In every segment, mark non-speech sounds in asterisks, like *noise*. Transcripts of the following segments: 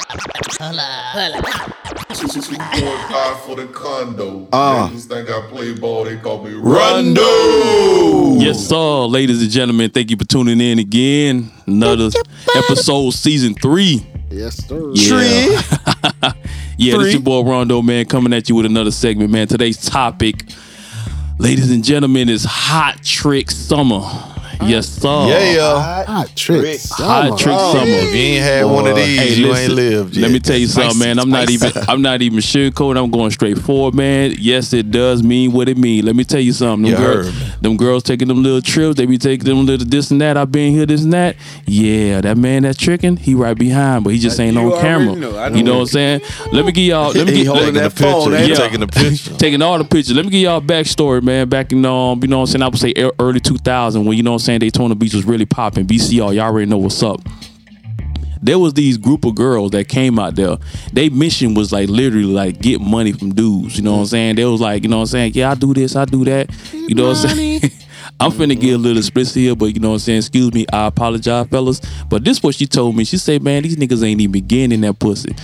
Hold up, hold up. five for the condo. Ah. Niggas think I play ball. They call me Rondo. Yes, sir, ladies and gentlemen. Thank you for tuning in again. Another episode, season three. Yes, sir. Yeah. Yeah, this Three. your boy Rondo, man, coming at you with another segment, man. Today's topic, ladies and gentlemen, is hot trick summer. Yes, sir. Yeah, yeah. Hot trick. Hot trick Oh, summer. If you ain't had one of these, Hey, you listen, ain't lived yet. Let me tell you something, man. I'm not *laughs* even I'm not even sugarcoating. I'm going straight forward, man. Yes, it does mean what it mean. Let me tell you something. Them, You girls, heard me. them girls taking them little trips. They be taking them little this and that. I've been here, this and that. Yeah, that man that's tricking, he right behind, but he just ain't you on camera. already know. I you know. know what I'm saying? Let me give y'all. Let me He get, holding let- that phone, ain't yeah. he? Taking a picture. Taking all the pictures. Let me give y'all a backstory, man. Back in um, you know what I'm saying, I would say ear- early 2000 when you know what I'm saying Daytona Beach was really popping. BCR, y'all already know what's up. There was these group of girls that came out there. They mission was like literally like get money from dudes. You know what I'm saying? They was like, you know what I'm saying? Yeah, I do this, I do that. you know what I'm saying? *laughs* I'm finna get a little split here, but you know what I'm saying? Excuse me, I apologize, fellas. But this what she told me. She said, man, these niggas ain't even getting in that pussy.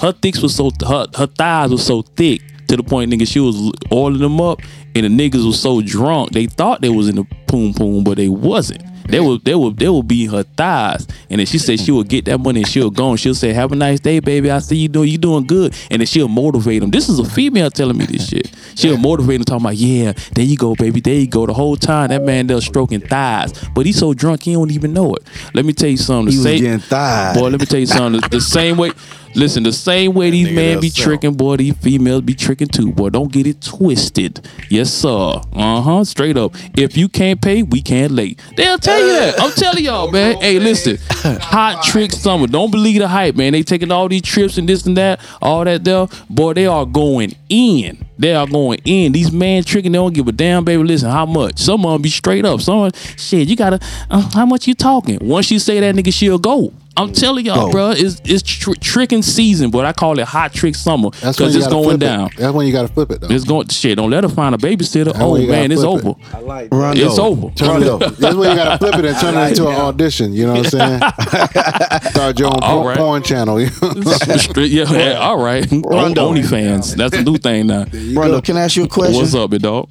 Her thicks was so her, her thighs was so thick to the point, nigga, she was oiling them up, and the niggas was so drunk they thought they was in the poom poom, but they wasn't. They would, they would, they would be her thighs, and then she said she would get that money and she'll go and she'll say, "Have a nice day, baby. I see you doing, you doing good." And then she'll motivate them. This is a female telling me this shit. She'll motivate them, talking about, "Yeah, there you go, baby. There you go." The whole time that man does stroking thighs, but he's so drunk he don't even know it. Let me tell you something. He was Say- getting thighs. Boy, let me tell you something. The, the same way, listen, the same way these nigga men does be sell. tricking, boy, these females be tricking too. Boy, don't get it twisted. Yes, sir. Uh huh. Straight up. If you can't pay, we can't late. They'll tell you that. I'm telling *laughs* y'all, man. Hey, listen. Hot trick summer. Don't believe the hype, man. They taking all these trips and this and that, all that there. Boy, they are going in. They are going in. These man tricking. They don't give a damn, baby. Listen, how much? Some of them be straight up. Some of 'em, shit. You gotta. Uh, how much you talking? Once you say that, nigga, she'll go. I'm telling y'all, Mm. Go. bro. It's it's tr- tricking season, but I call it hot trick summer That's when because you it's gotta flip going it. down. That's when you gotta flip it though. It's going shit. Don't let her find a babysitter. when Oh you gotta man, it's flip it. over. I like Rondo. *laughs* It's over. *laughs* Turn it over. That's when you gotta flip it and turn *laughs* it into an audition. You know what I'm saying? *laughs* Start your own All por- right. porn channel. *laughs* Straight- yeah, yeah, all right. Rondo. OnlyFans. That's the new thing now. Rondo, can I ask you a question? What's up, big dog?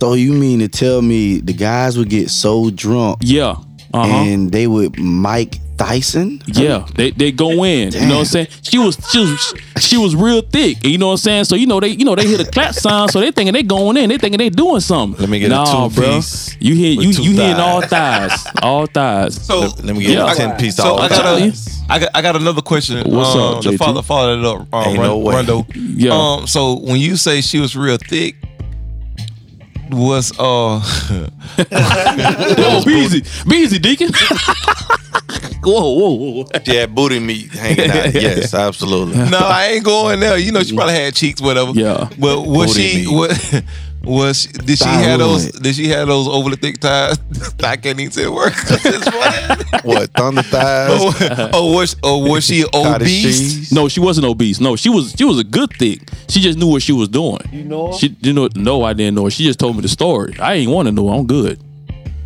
So you mean to tell me the guys would get so drunk Yeah. Uh huh. and they would Mike Tyson? Yeah, they, they go in. You know what I'm saying? She was she was she was real thick. You know what I'm saying? So you know they you know they hit a clap sign, so they thinking they going in. They thinking they doing something. Let me get a nah, bro. two-piece You hear with you two you hitting thighs. all thighs, *laughs* all thighs. So Let, let me get Yeah. a 10 piece so all I the got time. Yeah. a, I got I got another question. What's um, up, To JT? follow follow that up, um, Ain't Run- no way. Rondo. Yeah. Um. So when you say she was real thick, was uh *laughs* Whoa, Beezy, Beezy *laughs* Deacon. whoa, whoa, whoa. Yeah, booty meat *laughs* hanging out. Yes, absolutely. no, I ain't going there. You know, she probably had cheeks, whatever. Yeah. But was Booty she meat. was *laughs* was she, did she have Thyroid. those? Did she have those overly thick thighs? *laughs* I can't even say the word. It's funny. What, thunder thighs? or, *laughs* or was or was she Cottage obese? cheese? No, she wasn't obese. No, she was she was a good thick. She just knew what she was doing. You know her? She you know no, I didn't know. her. She just told me the story. I ain't want to know. I'm good.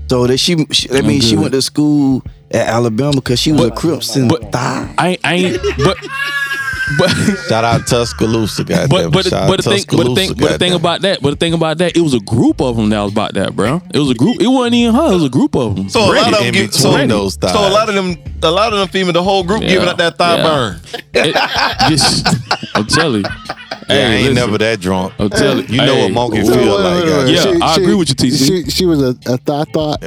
So that she, she that means she good. went to school at Alabama because she was a Crimson but- thigh. I ain't- I *laughs* ain't but but Shout out Tuscaloosa, goddamn. but but, Shout but the out thing but the thing Tuscaloosa, but the thing goddamn. about that but the thing about that it was a group of them that was about that, bro. It was a group. It wasn't even her. It was a group of them. So a lot Ready of them in get so, between those so a lot of them a lot of them female the whole group Yeah. giving out that thigh Yeah. burn. *laughs* It- just- I'm telling you. Yeah, I Hey, ain't listen. Oh, never that drunk. I'm telling you. You know Hey. what monkey feel like. goddamn. Yeah, I agree with you, TC. She, she was a, a thought thought. *laughs*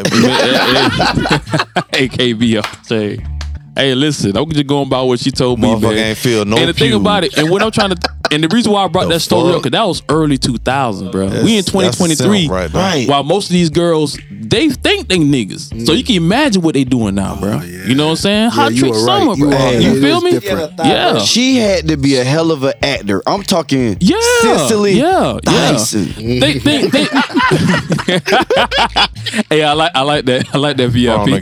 AKB, I'm saying. Hey, listen, I'm just going by what she told me. Motherfucker man. ain't feel no And the thing pubes. about it, and what I'm trying to, and the reason why I brought The that story up, fuck? because that was early 2000, bro. we in That's- that's 2023, simp right there. Right. While most of these girls, they think they niggas. So you can imagine what they doing now, bro. You know what I'm saying? Hot Oh, you trick were right. summer, You bro. are right. you It feel is me? different. Yeah. She had to be a hell of an actor. I'm talking Yeah, Cicely yeah, yeah. Tyson. They, they, they. *laughs* hey, I like, I like that, I like that VIP. From the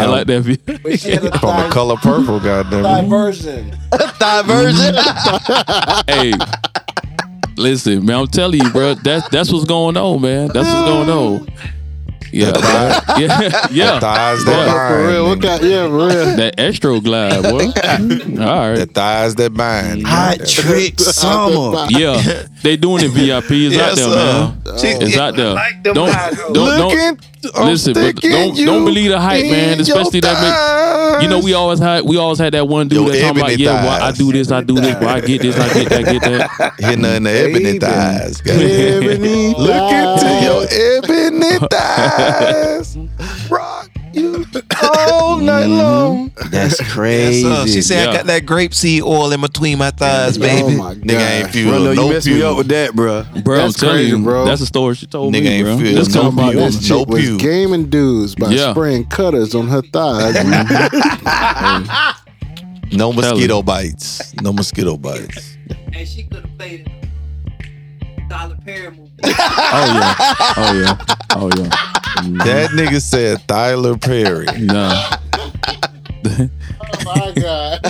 *laughs* I like that VIP. *laughs* But she had a From the thigh, color purple, thigh goddamn. *laughs* version. Thigh *laughs* version. hey, listen, man, I'm telling you, bro. That's that's what's going on, man. That's what's going on. Yeah, *laughs* yeah, yeah. Thighs Yeah. that bind. For real, what nigga. kind? Yeah, for *laughs* real. That Astro Glide, boy. *laughs* All The right. thighs that bind. Hot nigga. trick summer. Yeah, they doing it. VIP is out Yes, there, sir. man. She- It's out there. Like them Don't, high don't, don't, I'm listen, but sticking don't- you don't believe the hype, man, in especially your that You know, thighs. we always had we always had that one dude Yo, that's talking ebony about, yeah, well, I thighs. do this, I do this, well, I get this, I get that, get *laughs* that. hitting her in the ebony Baby. thighs. goddamn. Ebony Look thighs. into your ebony thighs. Rock you all night long. That's Yes, crazy. sir. She said, Yeah. I got that grapeseed oil in between my thighs, Oh baby. my god, Nigga ain't feel Bruno, you no messed me up pew. with that, bro. Bro, That's I'm telling crazy, you, bro. that's the story she told Nigga me, ain't bro. feel Let's no talk about beauty. this. This chick No was pew. gaming dudes by Yeah. spraying cutters on her thighs. Tell No mosquito bites. No mosquito bites. and she could have played it. Dollar Paramount. Oh yeah, oh yeah, oh yeah. *laughs* That nigga said Tyler Perry. Nah, oh my god! *laughs*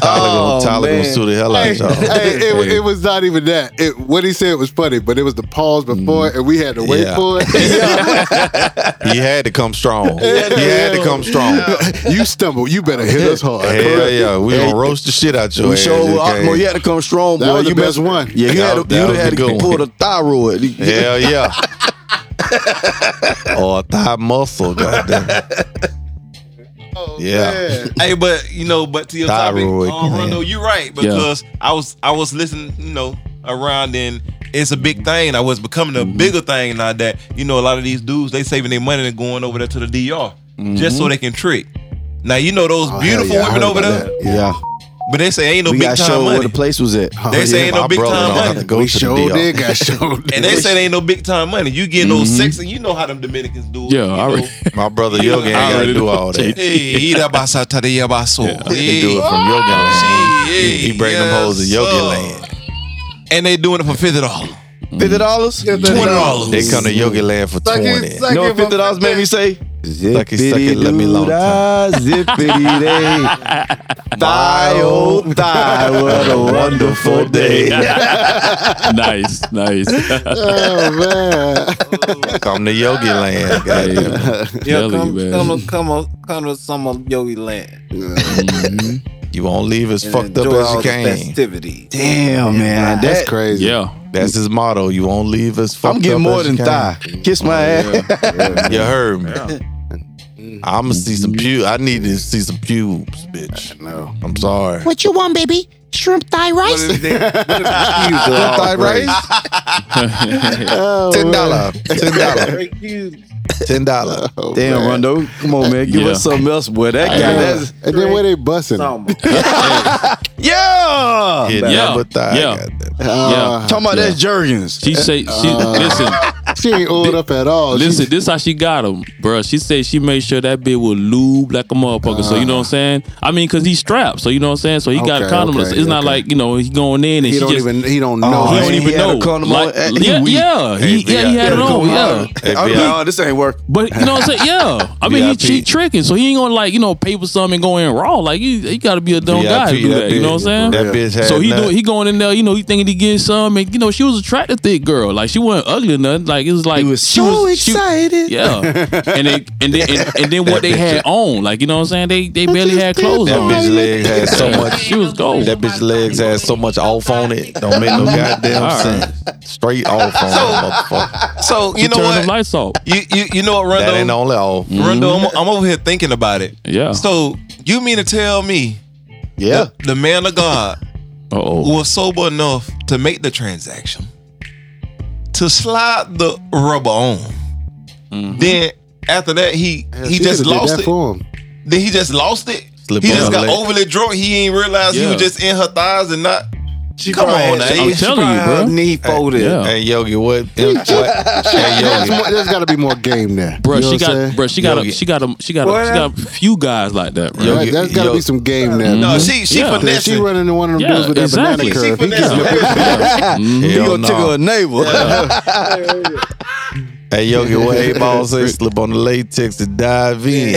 Tyler gonna, Tyler gonna man. sue the hell out of y'all. *laughs* *laughs* hey, it, it was not even that. It, what he said was funny, but it was the pause before, it, and we had to wait Yeah. for it. He had to come strong. He had to come strong. you stumble, you better hit us hard. Hell yeah, we gonna roast the shit out your We ass. showed you Osmo, can't- you had to come strong, That boy. was the you best one. Yeah, you That had was- to, that you was had the to good pull one. the thyroid. Hell yeah. *laughs* or a thigh muscle, goddamn. Oh, Yeah. man. Hey, but you know, but to your Thyroid, topic, um, man. Rondo, you're right because I was I was listening, you know, around and it's a big thing. I was becoming Mm-hmm. a bigger thing now that you know a lot of these dudes they saving their money and going over there to the DR just Mm-hmm. so they can trick. Now you know those Oh, hell beautiful yeah, I women heard over about there, that. Yeah. but they say ain't no we big got time showed where money. the place was at. Oh, They say ain't no My big brother time don't have money. to go we to the showed DR. it, got showed And they say they ain't no big time money. You *laughs* getting Mm-hmm. those sex, and you know how them Dominicans do. it, Yeah, you I know. re- My brother Yogi ain't I gotta already do know. all that. Hey, ida basa tadia baso. He do it from Yogi Oh, land. He bring them hoes to Yogi land. And they doing it for fifty dollars. Fifty dollars? Twenty dollars. They come to Yogi land for twenty. You know what fifty dollars made me *laughs* say? Suck it, suck it, let me long time. Zippity day. Thigh, oh, thigh, what a wonderful day. *laughs* nice, nice. Oh man! Come to Yogi land. goddamn. Yeah, Telling come, you, man. come, to- come, to- come to some of Yogi Land. You won't leave as and fucked up enjoy all as you the came. Festivity. Damn, man. That's That's crazy. crazy. yeah, That's his motto. You won't leave as fucked up. I'm getting more as than you came. thigh. Kiss my ass. *laughs* You heard me. I'ma see some pubes. I need to see some pubes, bitch. No. I'm sorry. What you want, baby? Shrimp thigh What rice? if they- what if the cues are all Thigh great? *laughs* raise? Oh, Ten man. dollar. Ten dollar. Great cues. Ten dollar. Oh, Damn, man. Rondo. Come on, man. Give Yeah. us something else, boy. That guy, Yeah. that's. and then where they bussing? Some. Yeah! Hit Yeah. number thigh. Yeah. goddamn. Uh, Talking about that's Jergens. she say she listen, She ain't oiled up at all. oh, She- listen. This how she got him, bro. She said she made sure that bitch would lube like a motherfucker. so you know what I'm saying? I mean, cause he's strapped, so you know what I'm saying. So he got a Okay, condom. okay, it's not okay. like you know he going in and he she don't just. even. He don't know. he Oh, don't he even had know. a condom Like, on. He yeah, weak. yeah, he, Hey, yeah, he had it Go on. Yeah, hard. I'm like, VIP. oh, this ain't work. But you know what I'm saying? Yeah. I mean, he, VIP. he tricking, so he ain't gonna like you know pay for something and go in raw. Like you, you got to be a dumb guy to do that. you know what I'm saying? That bitch had so he nothing. do, he going in there, you know, he thinking he getting some, and you know, she was attractive thick girl. Like she wasn't ugly or nothing. Like it was like He was she so was- she- excited. yeah, and then and then and, and then what they had on, like you know what I'm saying? They they barely had clothes That on. bitch legs had *laughs* so Yeah. much. She was gold. That bitch legs had so much off on it. Don't make no goddamn All right. sense. Straight off on it, *laughs* motherfucker. So you She know turned them what? lights off. You, you you know what, Rondo? That ain't Mm-hmm. only off. Rondo, I'm, I'm over here thinking about it. Yeah. So you mean to tell me Yeah. the man of God Uh oh. was sober enough to make the transaction, to slide the rubber on, Mm-hmm. then after that he She he coulda just did lost that it. for him. Then he just lost it. Slip he on just her got leg. overly drunk. He ain't realized he Yeah. was just in her thighs and not. She Come probably on, had- now. I'm telling you, bro. Knee folded. Yeah. Hey Yogi, what? what? Hey There's, Yogi, more- there's got to be more game there, Bro, You know she what I'm saying? got, bro, she got, a, Yogi. she got, a, she got, a, she got a few guys like that, bro. Yo, Right, there's got to yo- be some game there. No, Mm-hmm. man. she she Yeah. yeah. Yeah, Then she running into one of them Yeah, dudes with that exactly. banana curve. She He finessing. getting up- Mm-hmm. He hell gonna tickle her no. neighbor. *laughs* Hey Yogi, what? Eight balls say slip on the latex to dive in.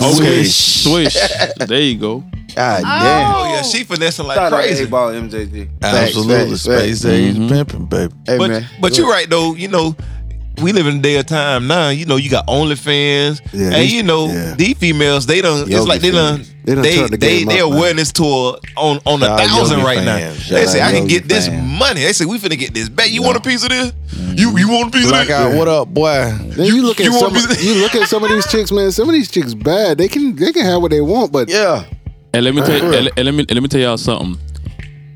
Okay, swish. There you go. God damn. Oh yeah, she finessing like Shout out crazy. A-Ball MJG. Absolutely, Facts, facts, space age pimping, baby. Hey, But man. but you're right though. You know, we live in the day of time now. You know, you got OnlyFans, Yeah, and these- you know yeah. these females. They done. Yogi it's like they done. fans. They They done they turned the they, game their up, man. awareness tour on on a Shout out thousand Yogi right now. fans. They Shout say out I can Yogi get this fans." Mm-hmm. money. They say we finna get this back. You want a piece of this? You you want a piece of Black this? out. What up, boy? Then you, look at you some, want me to- you look at some of these chicks, man. Some of these chicks bad. They can they can have what they want, but Yeah. And let me tell for and, let- and let me and let me tell y'all something.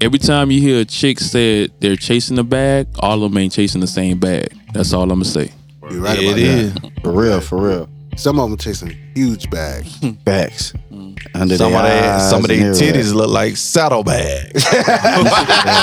Every time you hear a chick say they're chasing a bag, all of them ain't chasing the same bag. That's all I'm gonna say. you're right It about is. that. For real, for real. Some of them chasing huge bags. Facts. Under Some of their they eyes some of and their everywhere. titties look like *laughs* saddlebags.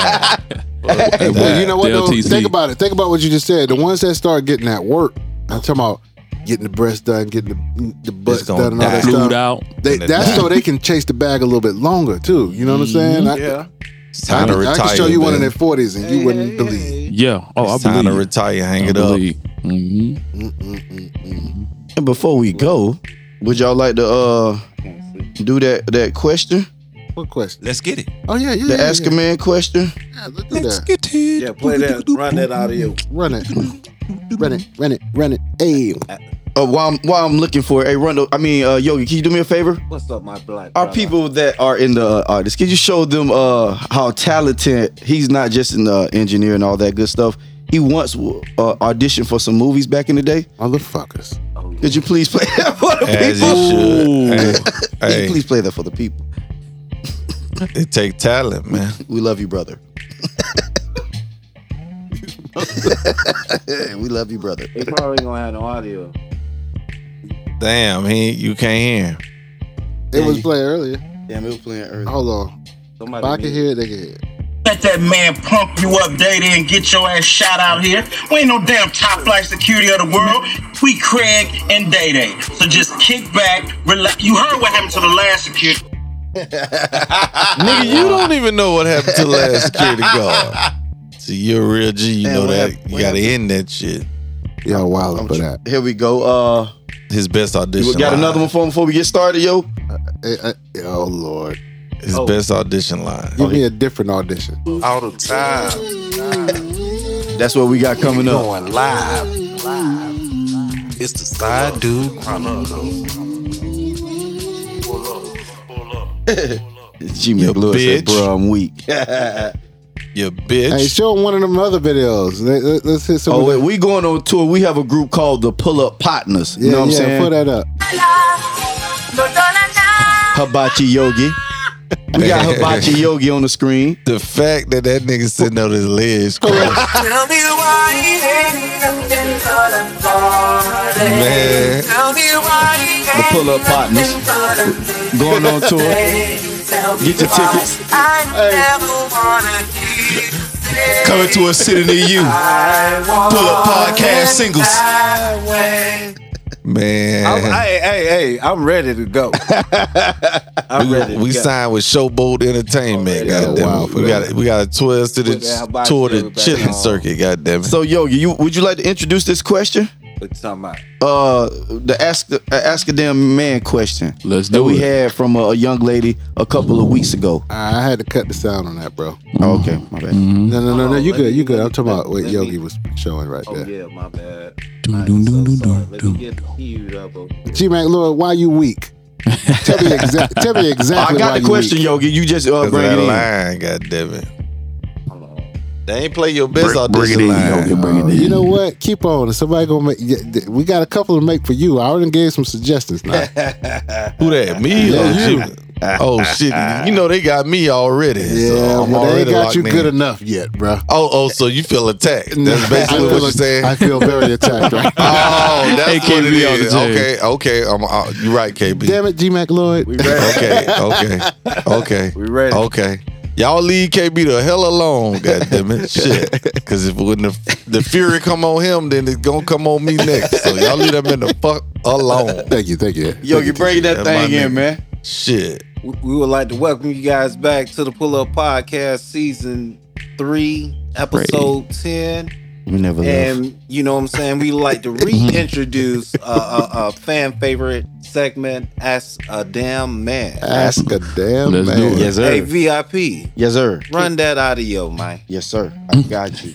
Hey, boy, Well, you know what? Though? LTC. Think about it. Think about what you just said. The ones that start getting that work, I'm talking about getting the breast done, getting the, the butt It's gonna done, and all that die. Glued stuff. out. They, Gonna that's die. so they can chase the bag a little bit longer too. You know what I'm saying? I, Yeah. It's I, time to can- I retire. can show you one in man. their 40s and you wouldn't believe. Yeah. Oh, It's I time to believe. you. retire. Hang I it up. believe. hmm And before we go, would y'all like to uh do that that question? What question? *laughs* Let's get it. Oh yeah, yeah. The yeah, ask yeah. a man question? Yeah, let's do that. get it. Yeah, play that. Run that audio. Run it. Run it. Run it. Run it. Hey. Uh, while I'm while I'm looking for it, hey Rondo, I mean uh Yogi, can you do me a favor? What's up, my black? Our brother? people that are in the uh, artists, can you show them uh how talented he's not just in the engineer and all that good stuff. He once uh, auditioned for some movies back in the day. Motherfuckers. Could you please play *laughs* that for the As people? you should. Hey, Could you hey, please play that for the people? it take talent, man. We love you, brother. *laughs* we love you, brother. They probably ain't gonna have no audio. Damn, he you can't hear. him. It was played earlier. Damn, it was playing early. Hold on. If Somebody. I can mute. hear it, they can hear it. Let that man pump you up daily and get your ass shot out here. We ain't no damn top flight security of the world. We Craig and Day Day. So just kick back, relax. You heard what happened to the last security. Nigga, you don't even know what happened to the last security guard. See, you're a real G. You Man, know what that. happened- you what gotta end that shit. Y'all wild for that. Here we go. Uh, His best audition. you got line. another one for him before we get started, yo. Eh, eh, oh Lord. His Oh. best audition line. Give me a different audition. All the time. That's what we got coming up. Going live. It's the side dude *laughs* chronicle. Jimmy You Blue said, bitch. "Bro, I'm weak." You bitch. Hey, show 'em one of them other videos. Let, let, us hit some. Oh, of wait, the, we going on tour. We have a group called the Pull Up Partners. You yeah, know what I'm yeah, saying? Put that up. Hibachi Yogi. We got Hibachi Yogi on the screen. The fact that that nigga sitting on his legs crossed, Tell me why you ain't nothing but a party. man. Tell me why you The Pull Up Partners. Going on tour. Get your tickets. I never wanna be Coming to a city near you. Pull up podcast singles. I'm, Man. hey, hey, hey! I'm ready to go. I'm ready. We, To we go. signed with Showboat Entertainment, Oh, yeah, goddamn. wow, we got we got a tour to Put that the hibachi tour the everybody chilling on. circuit, goddamn. So, Yogi, you would you like to introduce this question? What you talking about? Uh, the ask the uh, ask a damn man question Let's that do we it. had from a, a young lady a couple of weeks ago. I had to cut the sound on that, bro. Oh, okay, my bad. No, no, no, no. Oh, You let good? me- You good? let I'm talking me- about what let Yogi me- was showing right Oh there. yeah, my bad. Dun, I'm dun, so dun, sorry. dun, dun, Let dun. me get queued up. over here. G Mac Lord, why you weak? Tell me exactly. Tell me I exactly. why got the you question, Weak. Yogi. You just uh, 'Cause of bring it that in. line, goddamn it. Hold on. They ain't play your best audition line. *laughs* Uh, you know what? Keep on. Somebody gonna make. yeah, th- We got a couple to make for you. I already gave some suggestions. Now. Who that? Me? Oh shit. Oh shit. You know they got me already. Yeah, so I'm but they ain't already got you locked good in. enough yet, bro. Oh, oh, so you feel attacked. *laughs* That's I basically feel what you're a- saying. I feel very attacked right *laughs* *laughs* now. Oh, that's AKB what it on the is. chain. Okay, okay. I'm, uh, you're right, KB. Damn it, G Mac Lloyd. We ready. Okay, okay, okay, We ready. Oh. okay. Y'all leave KB the hell alone, *laughs* goddammit. Shit. Because if when the, the fury come on him, then it's going to come on me next. So y'all leave them in the fuck alone. Thank you, thank you. Yogi, bring that That's thing my in, nigga. man. Shit. We, we would like to welcome you guys back to the Pull Up Podcast, season three, episode ten. We never And you know what I'm saying? We like *laughs* to reintroduce a, a, a fan favorite segment, Ask a Damn Man. Ask a damn Let's man. do it. Yes, sir. Hey, VIP, Yes, sir. run that audio, man. Yes, sir. I got you.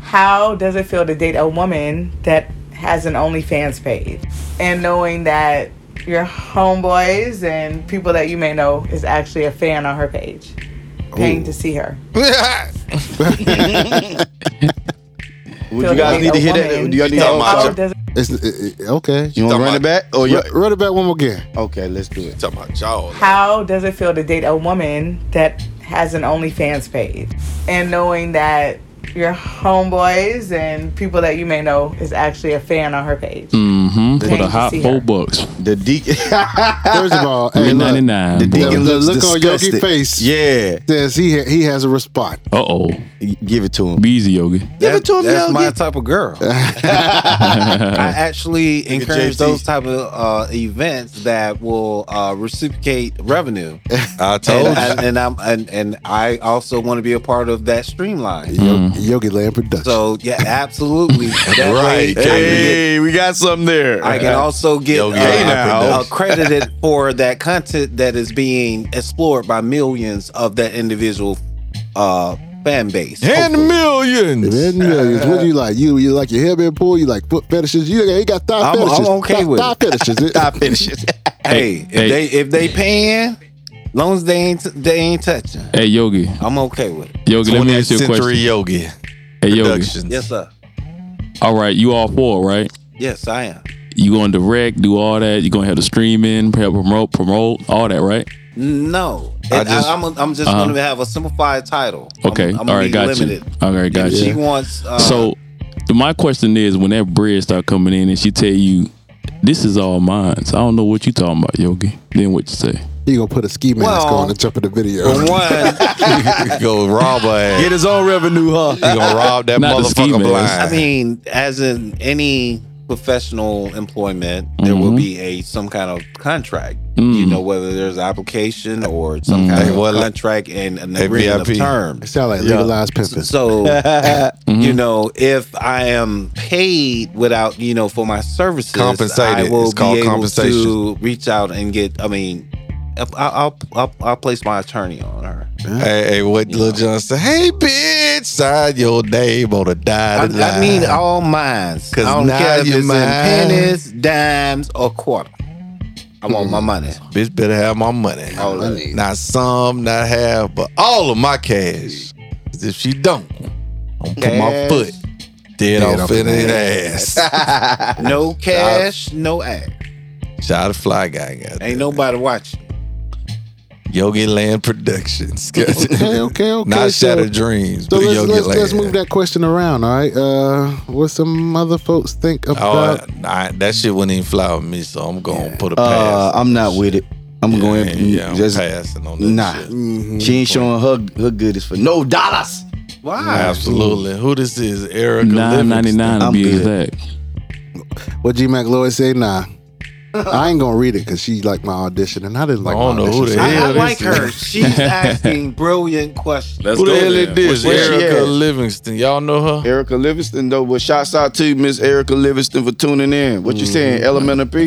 How does it feel to date a woman that has an OnlyFans page and knowing that your homeboys and people that you may know is actually a fan on her page, paying to see her? Would you guys need to hear that? Do y'all need How to does *laughs* It's, it, it- okay. You want to run it back? Oh, yeah. Ru- Run it back one more again. Okay, let's do it. Talking about y'all. How does it feel to date a woman that has an OnlyFans page and knowing that your homeboys and people that you may know is actually a fan on her page? Mm-hmm. For Paying the to hot see four her. bucks. The deacon. First of all, hey, Three look, ninety nine. The the deacon looks look on disgusted. Yogi face. Yeah, says he ha- he has a response. Uh oh. give it to him. Be easy, Yogi. Give it to him, That's Yogi. my type of *laughs* girl. I actually at encourage JT. those type of uh, events that will uh, reciprocate *laughs* revenue, I told and, you. and, and I'm and, and I also want to be a part of that streamline. Yogi, Yogi Land production. So yeah, *laughs* absolutely. That way Right, I can get- Hey, we got something there. I can also get Yo, uh, hey now. uh, *laughs* credited for that content that is being explored by millions of that individual uh, fan base. And millions. Ten millions. What do *laughs* you like? You you like your hair being pulled? You like foot fetishes? You ain't got thigh I'm- I'm fetishes. okay thigh, with thigh fetishes. *laughs* It- Stop finishes. Hey, if hey. they if they paying, long as they ain't they ain't touching, Hey Yogi. I'm okay with it. Yogi, let me 20th ask you a century question. yogi. Hey Yogi. Productions. Yes, sir. All right, you all for it, right? Yes, I am. You going to direct, do all that. You going to have to stream in, help promote, promote, all that, right? No, I And I just- am I'm just Uh-huh. going to have a simplified title. Okay. I'm, I'm all right, gonna got be limited. you. All right, got If you. She wants. Uh, So my question is, when that bread start coming in and she tell you, "This is all mine," so I don't know what you talking about, Yogi. Then what you say? He gonna put a ski mask Well- on and jump in the video. for *laughs* one, *laughs* Go rob her *laughs* ass. Get his own revenue, huh? You gonna rob that Not the ski mask. motherfucker blind. I mean, as in any professional employment, there Mm-hmm. will be a some kind of contract. Mm. You know, whether there's application or some kind Hey, of well, contract and an agreement of VIP. It terms. sound like legalized pimping. So, *laughs* you know, if I am paid without, you know, for my services, Compensated. I will It's be called able compensation. to reach out and get. I mean, if- I- I'll I'll, I'll place my attorney on her. Hey, hey, what Lil John said? Hey, bitch, sign your name on the I, dotted line. I mean, all mines. 'Cause I don't now care if you it's mine. in pennies, dimes, or quarter. I want Mm. my money. bitch, better have my money. All I need. Not some, not half, but all of my cash. 'Cause If she don't, I'm put my Cash. foot dead, off off in in her ass. *laughs* *laughs* No cash, no ass. Shout out to Fly Guy. goddamn. Ain't nobody watching. Yogi Land *laughs* *laughs* Productions. okay, okay, okay. Not so- Shattered Dreams, So but let's, Yogi let's, Land. let's move that question around, all right? Uh, what some other folks think Oh, about? I, I- that shit wouldn't even fly with me, so I'm gonna put a Uh, pass. I'm not with it. I'm going. yeah, yeah, I'm just passing on that nah. Mm-hmm. shit. She ain't showing her her goodies for no dollars. Why? Oh, Absolutely. Who this is? Erica Nine ninety nine to I'm be good. exact. What G Mac Lloyd say? Nah, I ain't gonna read it because she liked my audition and I didn't like. I don't my know who audition. the I, I hell this like her. is. *laughs* She's asking brilliant questions. Who the hell it is? Where she Erica at? Livingston. Y'all know her? Erica Livingston, though, but shouts out to you, Miss Erica Livingston, for tuning in. What you saying, Elemental P?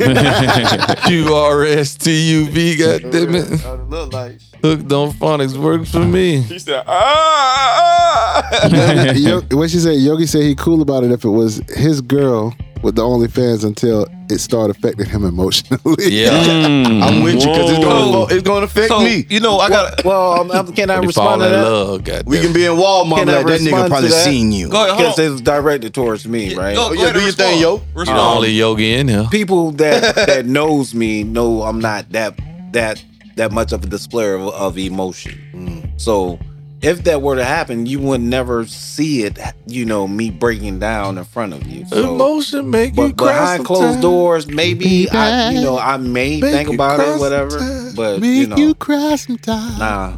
*laughs* Q R S T U V. God damn it. look like. Hooked on phonics works for me. She said, ah. ah." *laughs* Yo- what she said? Yogi said he cool about it if it was his girl with the OnlyFans until it started affecting him emotionally. *laughs* Yeah. Mm. I'm with you because it's Whoa. going to it's gonna affect So, me. you know, I got. Well, I'm, I'm, can I We respond fall to in that? love. God We can be in Walmart. Can I Like, that respond nigga to probably that? seen you. Oh, Go ahead, hold Because on. it's directed towards me, right? Go, go yeah, ahead do and your thing, respond. yo. You Respond. the only yogi in here. People *laughs* that that knows me know I'm not that that that much of a displayer of, of emotion. Mm. So if that were to happen, you would never see it. You know, me breaking down in front of you. So, Emotion make you but cry behind closed sometime. doors, maybe I, you know, I may Make think you about cry it, whatever. sometime. But Make you you, know, cry sometimes. nah,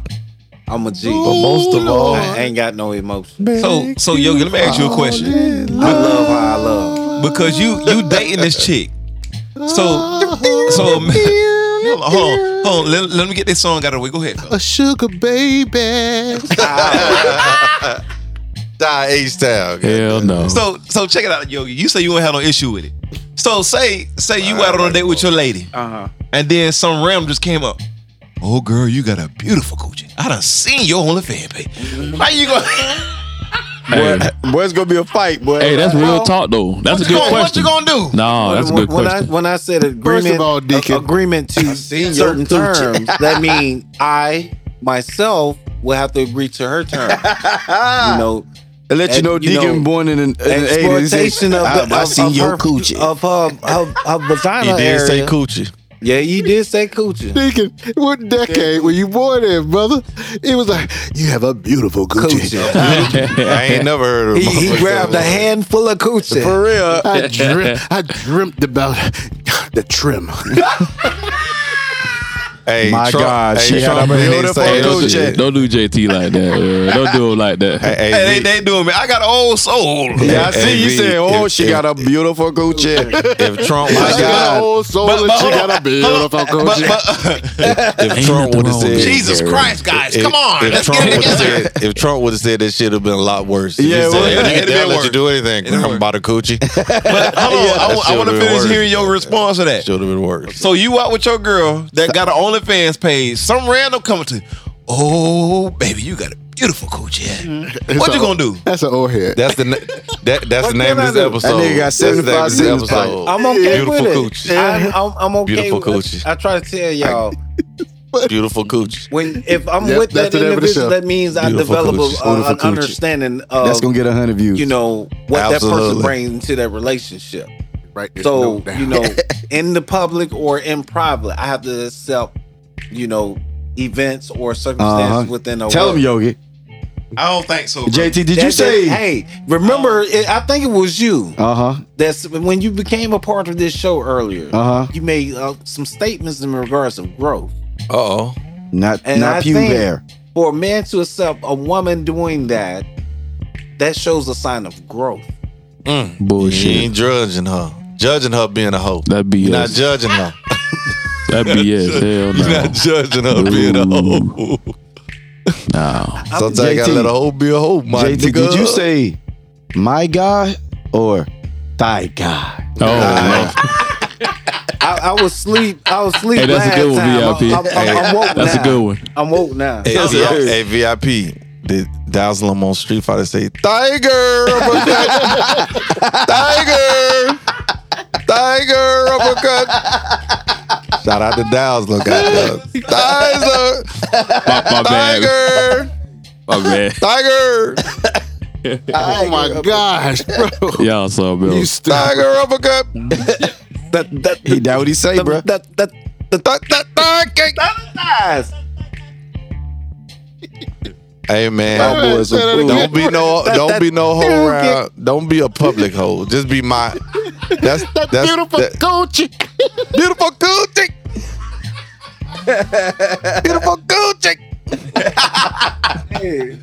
I'm a G. But most of all, I ain't got no emotion. So, so Yogi, let me ask you a question. I love how I *laughs* love. Because you you dating this chick. So, so *laughs* hold on, hold on, hold on. Let, let me get this song out of the way. Go ahead. A sugar baby. die A style. Hell no. So, so check it out, Yogi. You say you ain't have no issue with it. So, say say you out on a date with your lady, Uh huh. and then some ram just came up. Oh, girl, you got a beautiful coochie. I done seen your OnlyFans page. How you gonna Hey. Boy, boy, it's gonna be a fight, boy. Hey, that's real talk though. That's a you good gonna- what question. you gonna do? Nah, Oh, that's a good when question. I when I said agreement, all, a- Deacon, agreement to your certain coochie. terms, that means I myself will have to agree to her terms. *laughs* you know, And let you and, know, Deacon born in, an- in the eighties. exploitation of the, Ah, I, I of- seen of your her- coochie. of her, her, her vagina He did area. say *laughs* coochie. Yeah, you did say coochie. Deacon, what decade were you born in, brother? It was like, you have a beautiful coochie. *laughs* Coochie. I ain't never heard of. a he, he motherfucker grabbed a that handful of coochie. For real. I, dream, I dreamt about the trim. was- Hey, My Trump, God, hey, she had Trump a ain't beautiful say Hey, that don't, coochie. shit. do- don't do JT like that. yeah. Don't do it like that. Hey, hey, Hey, they, we- they doing me. I got an old soul. Yeah, I Hey, see. You hey, said, if- "Oh, if- she if- got *laughs* a beautiful coochie." if Trump was I got an old soul But- and but she hold got a beautiful But, coochie. but, if nothing Trump would have wrong said, with it. Jesus Christ, guys, come on, let's Trump get it would've together. said- if Trump would have said that, shit have been a lot worse. He Yeah, it said, would've- "Nigga, it'd they'll been let worse. you do anything. been I'm worse. about a coochie. *laughs* but hold on, I that shit want to would've been finish worse. hearing your response to that. Should have been *laughs* worse. So you out with your girl that got an OnlyFans page. Some random coming to, oh baby, you got a beautiful coochie. *laughs* What you gonna do? That's an old head. That's the na- that, that's the name of this episode. That nigga got That's the name 75 of this cents in his pocket. episode. I'm okay Beautiful with it. coochie. I'm, I'm, I'm okay Beautiful with coochie. I, I try to tell y'all Beautiful coochie. when if I'm Yep, with that's that the name of the show. individual, that means I Beautiful develop coochie. a, uh, Beautiful an coochie. understanding of That's gonna get hundred views. you know what that person Absolutely. brings to that relationship. Right there. So no doubt. you *laughs* know, in the public or in private, I have to accept you know events or circumstances Uh-huh. within a tell him, work. Yogi. I don't think so. bro. JT, did That- you that- say? hey, remember? It, I think it was you. Uh huh. That's when you became a part of this show earlier. Uh huh. You made uh, some statements in regards of growth. Uh oh. Not And I not pew think- bear. For a man to accept a woman doing that, that shows a sign of growth. You Bullshit. ain't judging her. Judging her being a hoe. That BS. You're not *laughs* judging her. that *laughs* BS. Hell You're no. not judging her being a hoe. Nah. Sometimes I gotta JT. let a hoe be a hoe, my JT, nigga. did you say my guy *laughs* or thy guy? Oh, no. *laughs* I, I was sleep. I was sleep. Hey, that's a last good one, time. VIP. I'm, I'm, I'm, I'm woke That's now. a good one. I'm woke now. Hey, That's hey, it. hey, VIP. Did Dazzle him on Street Fighter say, Tiger uppercut? Tiger! Tiger uppercut! Shout out to Dazzle, goddamn. Dazzle! My, my bad. Tiger! *laughs* My bad. Tiger! oh my gosh, bro. Y'all so bro. You stop. Tiger uppercut! That that He that what he say, that bro? that, that, that, eyes. Hey man, Y'all boys some Say that again. fools. don't be no don't be no hoe Dude, around. Don't be a public hoe. Just be my that's that's Beautiful that- coochie. beautiful Gucci. beautiful Gucci. hey,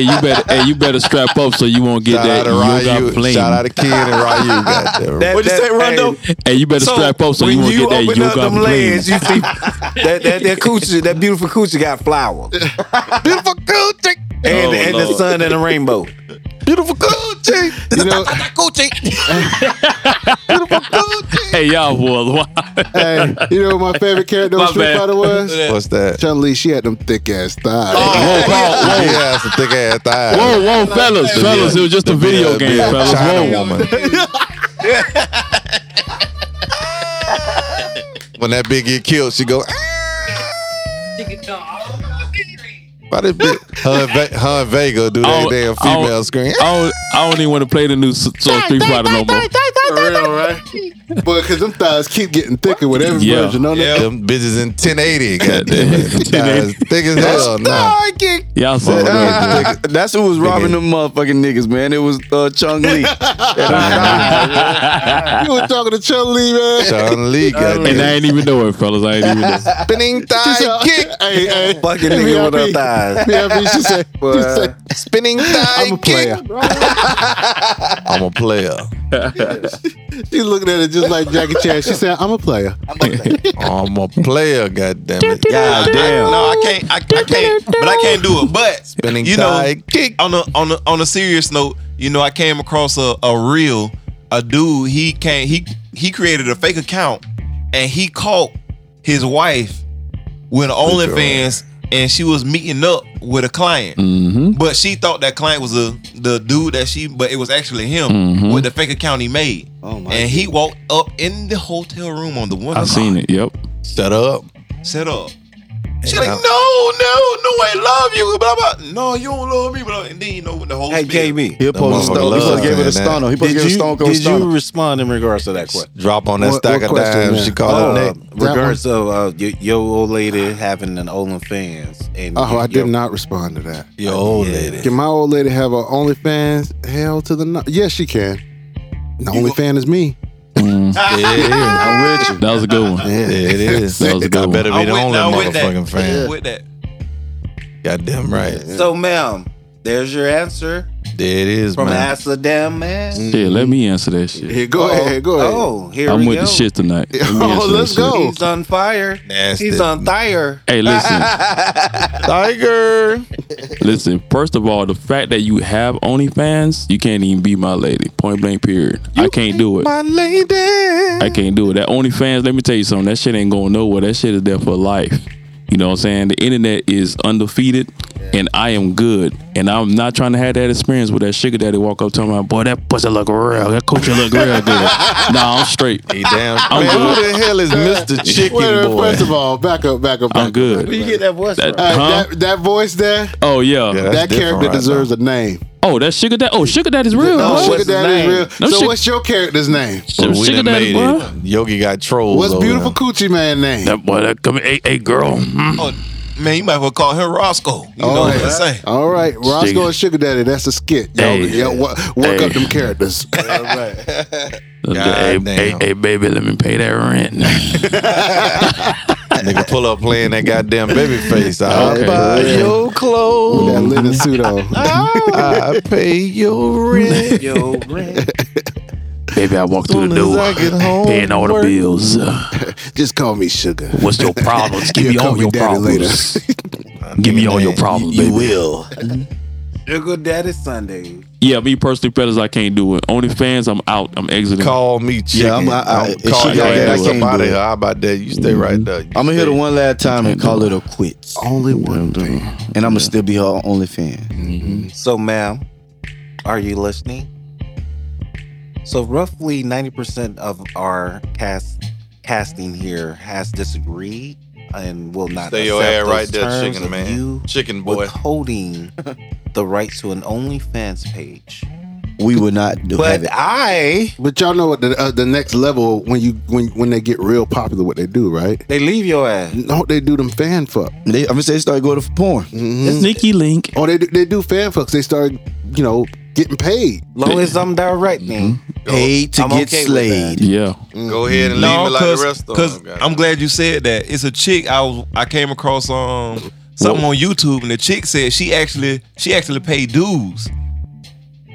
you better. Hey, you better strap up so you won't get Shout out that to yoga Ryu. flame. Shout out to Ken and *laughs* Ryu. Goddamn. That- What'd you that- say, Rondo? hey, Hey, you better so strap up so you when won't you get that open up yoga them flame. legs, you see that that that coochie, that beautiful coochie got flowers *laughs* beautiful Gucci. and, Oh, and the Lord. sun and the *laughs* rainbow. Beautiful Gucci. You know, Hey, y'all boys. *laughs* hey, you know what my favorite character My on Street bad. Fighter was? What's that? Chun Li, she had them thick ass thighs. Whoa, whoa, Big ass, thick ass thighs. whoa, whoa, fellas, fellas. It was just a video Big, game, big fellas. China Whoa. *laughs* woman. when that bitch get killed, she go. "Ah." Why this bitch? Her, and Ve- her and Vega do that Oh, damn oh. female scream. I don't, I don't even want to play the new S- Soul Street Fighter no more. For real, right? But because them thighs keep getting thicker with every Yeah. version on it. Them bitches in *laughs* 1080, goddamn it. 1080. Thick as hell, nah. Y'all so bro. Ah, That's who was robbing them motherfucking niggas, man. It was uh, Chung Lee. You were talking to Chun Li, man. Sean *laughs* Lee, And I goddamn. ain't even know it, fellas. I ain't even know. it. Spinning She said, thigh kick. Hey, hey. Fucking nigga with her VIP. thighs. VIP, she *laughs* said, she Bruh. said, Spinning thigh I'm a player. kick. I'm a player. She looking at it just like Jackie Chan. She said, I'm a player. I'm a player, goddamn it. God damn. No, I can't. I, I can't. But I can't do it. But Spinning you know, thigh kick. on a on a on a serious note, you know, I came across a a reel. A dude, he came. He he created a fake account, and he caught his wife with OnlyFans and she was meeting up with a client, Mhm. but she thought that client was a the dude that she, but it was actually him Mhm. with the fake account he made. Oh my and he walked up in the hotel room on the one. *laughs* I seen it. Yep. Set up. Set up. She like, no, no, no, I love you, blah blah. No, you don't love me, blah. And then you know what the whole Hey, spiel. KB. He supposed to stone. motherfucker He love supposed to give it a saying that. stone. He supposed to Did give it a you, stone cold did you stone. respond in regards to that question? Drop on that What- stack what of question, dimes. man? She called Uh, up Nick. regards of uh, your, your old lady having an OnlyFans. And Oh, I your- did not respond to that. Your old Yeah. lady. Can my old lady have her OnlyFans? Hell to the no. Yes, she can. The only fan is me. Yeah, I'm with you. That was a good one. Yeah, it is. That was a good I better I'm be the with- only I'm with that. motherfucking I'm fan. With that, Goddamn right. There So, ma'am, there's your answer it is, from man. Ask the Damn Man. Mm. Shit, let me answer that shit. Here, go ahead. Go ahead. Oh, here I'm we with go. the shit tonight. Let me Oh, answer that let's shit. go. He's on fire. Nasty. He's on fire. Hey, listen. Tiger. Listen, first of all, the fact that you have OnlyFans, you can't even be my lady. Point blank, period. I can't do it. My lady. I can't do it. That OnlyFans, let me tell you something. That shit ain't going nowhere. That shit is there for life. You know what I'm saying? The internet is undefeated, and I am good. And I'm not trying to have that experience with that sugar daddy walk up to me, boy, that pussy look real. That culture look real good. *laughs* nah, I'm straight. He damn. I'm Man, who good. the hell is Mr. Chicken Wait, wait, Boy? first of all, back up, back up. Back I'm up, good. *laughs* back up. You get that voice That- from? All right, Huh? that, that voice there, Oh yeah. Yeah, that That's different character right deserves a name. Oh, that sugar daddy. Oh, sugar daddy's real. No, boy. sugar what's his daddy name? is No real. So, sugar- what's your character's name? Su- But we sugar done daddy, made boy. it. Yogi got trolls. What's over beautiful him. coochie man name? That boy, that come, hey, hey, girl. Mm. oh, man, you might as well call her Roscoe. You know what I'm saying? All right, Roscoe Sugar- and Sugar Daddy. That's a skit. Y'all, Hey. y'all wo- work Hey. up them *laughs* characters. Hey, hey, damn. hey, baby, let me pay that rent. Nigga pull up playing that goddamn baby face. I'll Okay. buy your that clothes. linen suit on. I pay *laughs* your rent. Yo, Brent. baby, I walk through the Soon door, as I get home paying all the from work. bills. Uh, Just call me Sugar. What's your problems? Give me You'll all call me your daddy problems. *laughs* Give me all your problems, baby. will. Sugar Daddy Sunday. Yeah, me personally, fellas, I can't do it. OnlyFans, I'm out. I'm exiting. Call me chicken. I'm- I- I- if she got calling your that, I ass can't up do out of it. here. How about that? You stay right there. You I'm gonna hit stay. her one last time and call it a quits, Only one thing. and I'm gonna still be her only fan. So, ma'am, are you listening? So, roughly 90% of our cast casting here has disagreed and will not Stay your accept ass those right there, terms chicken of man. You Chicken boy. withholding the right to an OnlyFans page. We would not do have But it. I, But y'all know what the uh, the next level when you when when they get real popular, what they do, right? they leave your ass. No, they do them fan fuck, They, I'm gonna say they started going to porn. Sneaky Link. or they do, they do fan fucks. They start you know getting paid. Long as I'm directing. Paid Mm-hmm. to I'm get okay with slayed. Yeah. Go *laughs* ahead and leave No, it like the because rest of them. I'm glad you said that. It's a chick. I was I came across um something on YouTube, and the chick said she actually she actually paid dues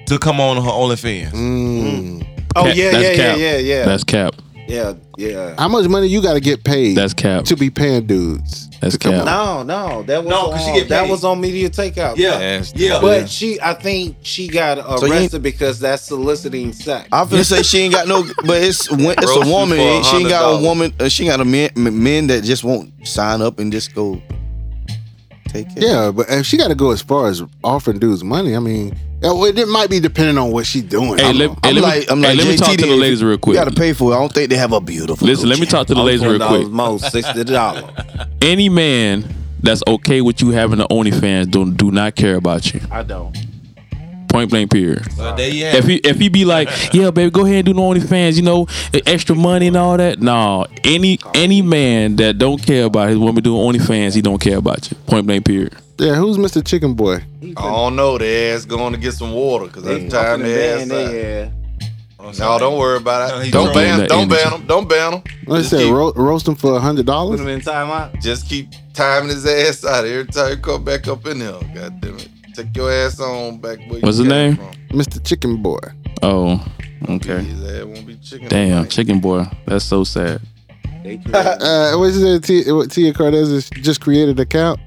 to come on her OnlyFans. Mm, Oh, Cap- yeah, that's yeah, yeah, cap. yeah, yeah. That's cap. yeah, yeah. How much money you got to get paid That's cap. to be paying dudes? That's to come cap. on? No, no, that was No, 'cause she on, get that paid. was on Media Takeout. Yeah, Oh, yeah. But she, I think she got you ain't- arrested because that's soliciting sex. I'm finna say she ain't got no, but *laughs* it's when- it's Roast a you woman. for She ain't got a $100. woman. Uh, she ain't got a men, m- men that just won't sign up and just go take it. Yeah, but if she got to go as far as offering dudes money, I mean, it, it- it might be depending on what she doing. Hey, I don't let, know. hey, I'm let me, like, I'm hey, like, let me JT talk to the did. ladies real quick. You gotta pay for it. I don't think they have a beautiful. Listen, let me coochie. talk to the ladies real quick. Most sixty dollars. Any man that's okay with you having the OnlyFans, do, do not care about you. *laughs* I don't. Point blank, period. But there you If have. it. he if he be like, yeah, baby, go ahead and do the OnlyFans, you know, e- extra money and all that. Nah, any any man that don't care about his woman doing OnlyFans, he don't care about you. Point blank, period. yeah, who's Mr. Chicken Boy? I don't know. Their ass going to get some water because that's time their ass. out. Yeah. No, don't worry about No, it. he Don't throwing ban. that Don't ban energy. him. Don't ban him. Let's Just say keep- ro- roast them for a hundred Put dollars. them in timeout. Just keep timing his ass out every time you come back up in there. God damn it. Take your ass on back where What's you his came name? From. Mr. Chicken Boy. Oh, okay. His ass won't be chicken. Damn, tonight. chicken boy. That's so sad. *laughs* They created- Uh, what is it? T- what, Tia Cardenas has just created an account.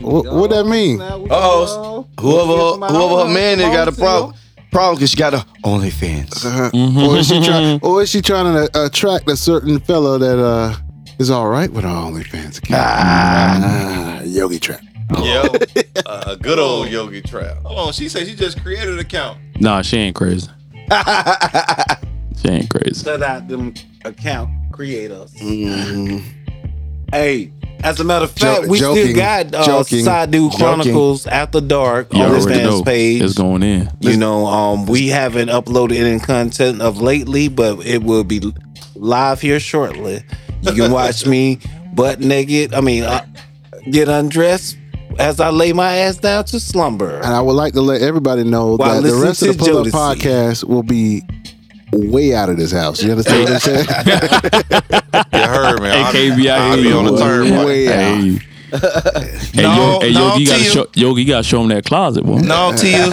What what that mean? Uh-oh. Whoever her, whoever her man that got a problem problem because she got a OnlyFans. Uh-huh. Mm-hmm. Or is she trying? Or is she trying to uh, attract a certain fellow that uh, is all right with her OnlyFans account? Ah, Yogi Trap. Yo, *laughs* a good old Yogi Trap. Hold on, she said she just created an account. Nah, she ain't crazy. she ain't crazy. Shut out them account creators. Mm-hmm. Hey, as a matter of fact, Mm. Jo- we joking, still got uh, joking, Sadu joking. Chronicles After Dark on this already know. fans page. It's going in. You know, um, we haven't uploaded any content of lately, but it will be live here shortly. You *laughs* can watch me butt naked. I mean, uh, get undressed as I lay my ass down to slumber. And I would like to let everybody know While that the listening rest of to the Pull Up Jodeci. Podcast will be way out of this house. You understand what *laughs* I'm saying? You heard me. I'll be- AKB, I'll I be on the turnpike. Way out. Hey, hey, No, Yo- hey, no, Yogi, you gotta Tia. show, Yogi, you gotta show him that closet, boy. No, *laughs* Tia.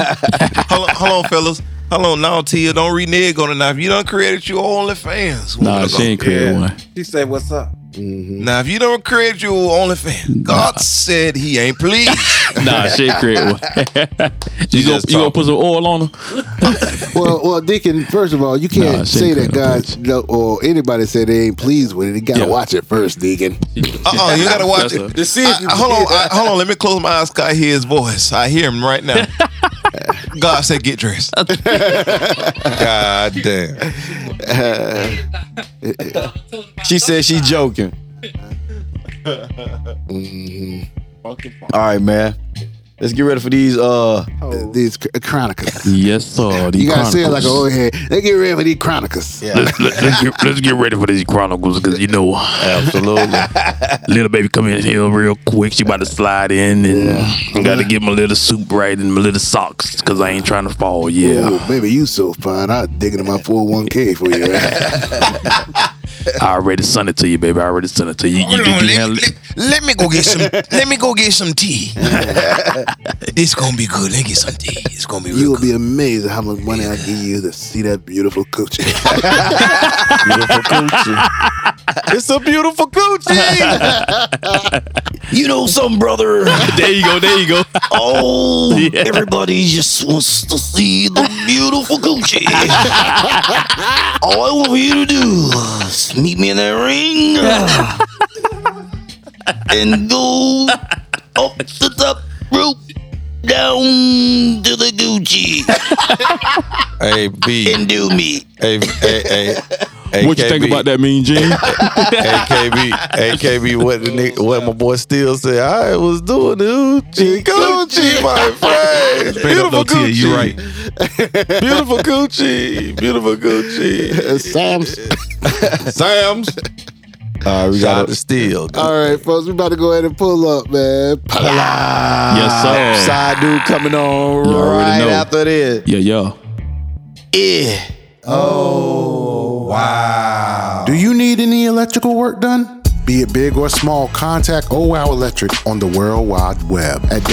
hold, on, hold on, fellas. Hold on, no, Tia. Don't renege on it now. If you done created your OnlyFans, Nah, she ain't created Yeah. one. She said, "What's up?" now if you don't create your OnlyFans, God said He ain't pleased. *laughs* Nah, she ain't created one. you gonna, just you gonna put some oil on her? well, well, Deacon. First of all, you can't Nah, it's say that incredible, God no, or anybody say they ain't pleased with it. You gotta Yeah. watch it first, Deacon. Uh Uh-uh, uh you gotta watch That's a- it. I- I- hold on, I, hold on. Let me close my eyes. 'cause I hear his voice. I hear him right *laughs* now. God said, "Get dressed." God damn. She said she *laughs* joking. Mm-hmm. All right, man. Let's get ready for these. Uh, These cr- chronicles. Yes, sir. You gotta say it Chronicles. like an old head. They get ready for these chronicles. Yeah. Let's, let, let's, get, let's get ready for these chronicles because you know Absolutely. little baby come in here real quick. She about to slide in and got to get my little soup right and my little socks because I ain't trying to fall. Yeah, Ooh, baby, you so fine. I'll dig into my 401k for you. *laughs* I already sent it to you, baby. I already sent it to you. You, Hold you on, can let, handle it. let- let me go get some. let me go get some tea. *laughs* this gonna be good. Let me get some tea. It's gonna be real You'll good. be amazed at how much money I give you to see that beautiful *laughs* coochie. it's a *laughs* beautiful coochie. *laughs* you know something, *laughs* brother? *laughs* There you go. There you go. *laughs* Oh, Yeah. everybody just wants to see the beautiful *laughs* coochie. All I want you to do is meet me in that ring uh, and go up the top rope down to the Gucci Hey, B. and do me. Hey, hey, hey. *laughs* What you think AKB. about that, *laughs* Mean Gene? AKB, AKB, what the nigga, what my boy still said, I was doing Gucci, Gucci, my friend. Beautiful Gucci. you right. Beautiful Gucci. Beautiful Gucci. Sam's. Sam's. All right, we got to steal. All right, folks, we about to go ahead and pull up, man. Yes, sir. Side dude coming on You already right know. after this. Yeah, yeah. Yeah. Do you need any electrical work done? Be it big or small, contact OWOW Electric on the World Wide Web at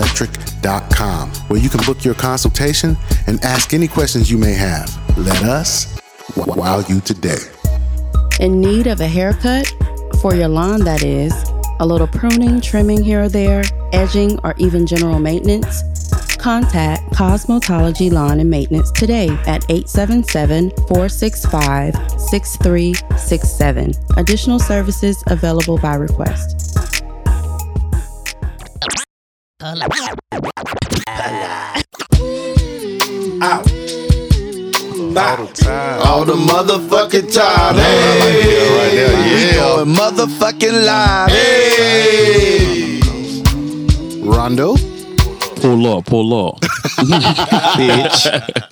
www.owowelectric.com, where you can book your consultation and ask any questions you may have. Let us wow you today. In need of a haircut? For your lawn, that is. A little pruning, trimming here or there, edging, or even general maintenance? Contact Cosmetology Lawn and Maintenance today at 877 465 6367. Additional services available by request. All the motherfucking time. Hey. Right there, We yeah. going motherfucking live. Rondo? Pull up, *laughs* pull up. bitch.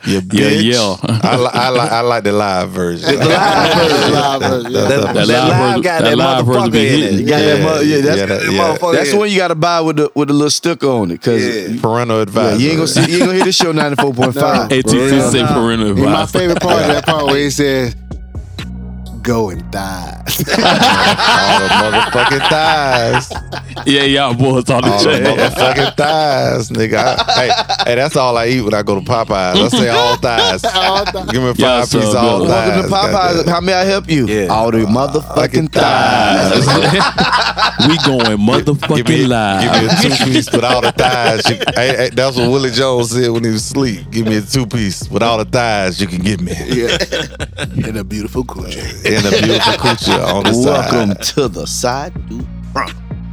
You Yeah, bitch. yeah. I, li- I, li- I like the live version. The live version. Live version, *laughs* yeah. That- That live that live version- got that that live version motherfucker be in hitting. it. Got that mother- Yeah, that's Yeah, that- yeah. that's the one you got to buy with the with the little sticker on it, cause yeah. Parental advice. you ain't gonna see, you ain't gonna hear this *laughs* show ninety four point five. ATC say parental And my advice. favorite part of that part where he said, Go and die. *laughs* all the motherfucking thighs. Yeah, yeah, boys on All the the chain. motherfucking thighs, nigga. I, hey, hey, that's all I eat when I go to Popeyes. I say all thighs. Give me a five Yeah, piece so all good. thighs. Welcome to Popeyes. goddamn. How may I help you? Yeah. All the motherfucking thighs. *laughs* we going Give me, motherfucking give me live. a two *laughs* piece with all the thighs. You, hey, hey, that's what Willie Jones said when he was asleep. Give me a two piece with all the thighs you can give me. In a beautiful coochie. And a beautiful coochie on the side. Welcome to the side. dude.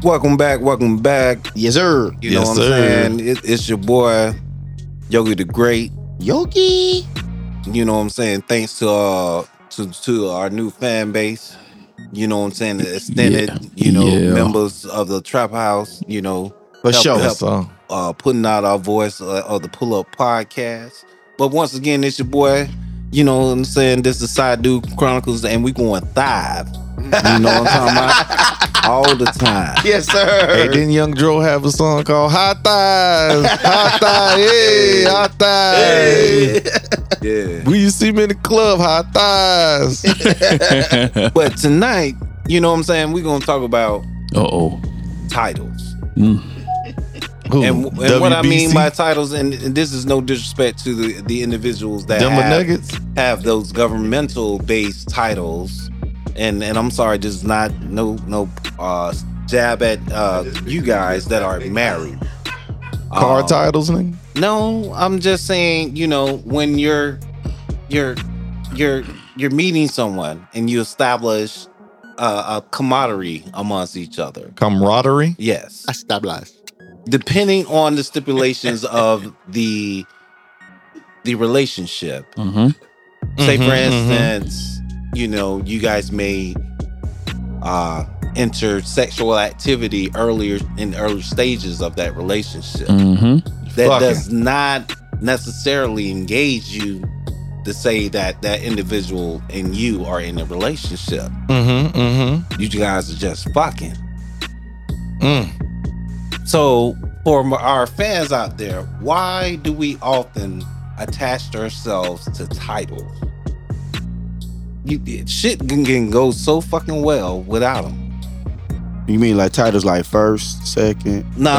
Welcome back, welcome back. Yes, sir. You know Yes, what sir. I'm saying? It, it's your boy, Yogi the Great. Yogi. You know what I'm saying? Thanks to uh to, to our new fan base. You know what I'm saying? The extended, you know, Yeah. members of the Trap House, you know. For help- sure. help, uh putting out our voice uh, of the pull up podcast. But once again, it's your boy. You know what I'm saying? This is Side Dude Chronicles, and we going thrive. You know what I'm talking *laughs* about? All the time. Yes, sir. Hey, didn't Young Dro have a song called High Thighs? *laughs* High Thighs, hey, High Thighs. Yeah. When you see me in the club, High Thighs. but tonight, you know what I'm saying? We're gonna talk about Uh oh. titles. And, and what I mean by titles, and, and this is no disrespect to the, the individuals that Denver have, Nuggets? have those governmental based titles. And and I'm sorry, this is not no no uh, jab at uh, you guys that are married. car Uh, titles, nigga. No, I'm just saying, you know, when you're you're you're you're meeting someone and you establish uh, a camaraderie amongst each other. Camaraderie. Yes. Established. Depending on the stipulations of the the relationship. Say for Mhm, mhm. instance, you know, you guys may uh enter sexual activity earlier in early stages of that relationship that Fucking. does not necessarily engage you to say that that individual and you are in a relationship. Mm-hmm. Mm-hmm. You guys are just fucking. Mm. So, for m- our fans out there, why do we often attach ourselves to titles? You, it- shit can, can go so fucking well without them. You mean like titles like first, second? No,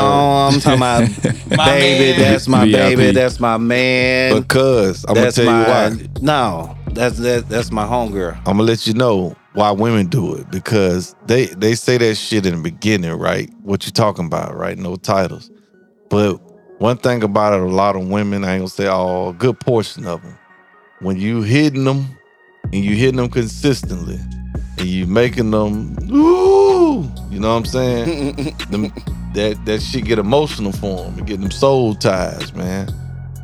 I'm talking *laughs* about baby. That's my baby. That's my man. Because I'm gonna that's tell my- you why. No, that's that, that's my homegirl. I'm gonna let you know why women do it because they they say that shit in the beginning, right? What you talking about, right? No titles. But one thing about it, a lot of women, I ain't gonna say all, a good portion of them, when you hitting them and you hitting them consistently and you making them, ooh, you know what I'm saying? them, that that shit get emotional for them, and get them soul ties, man,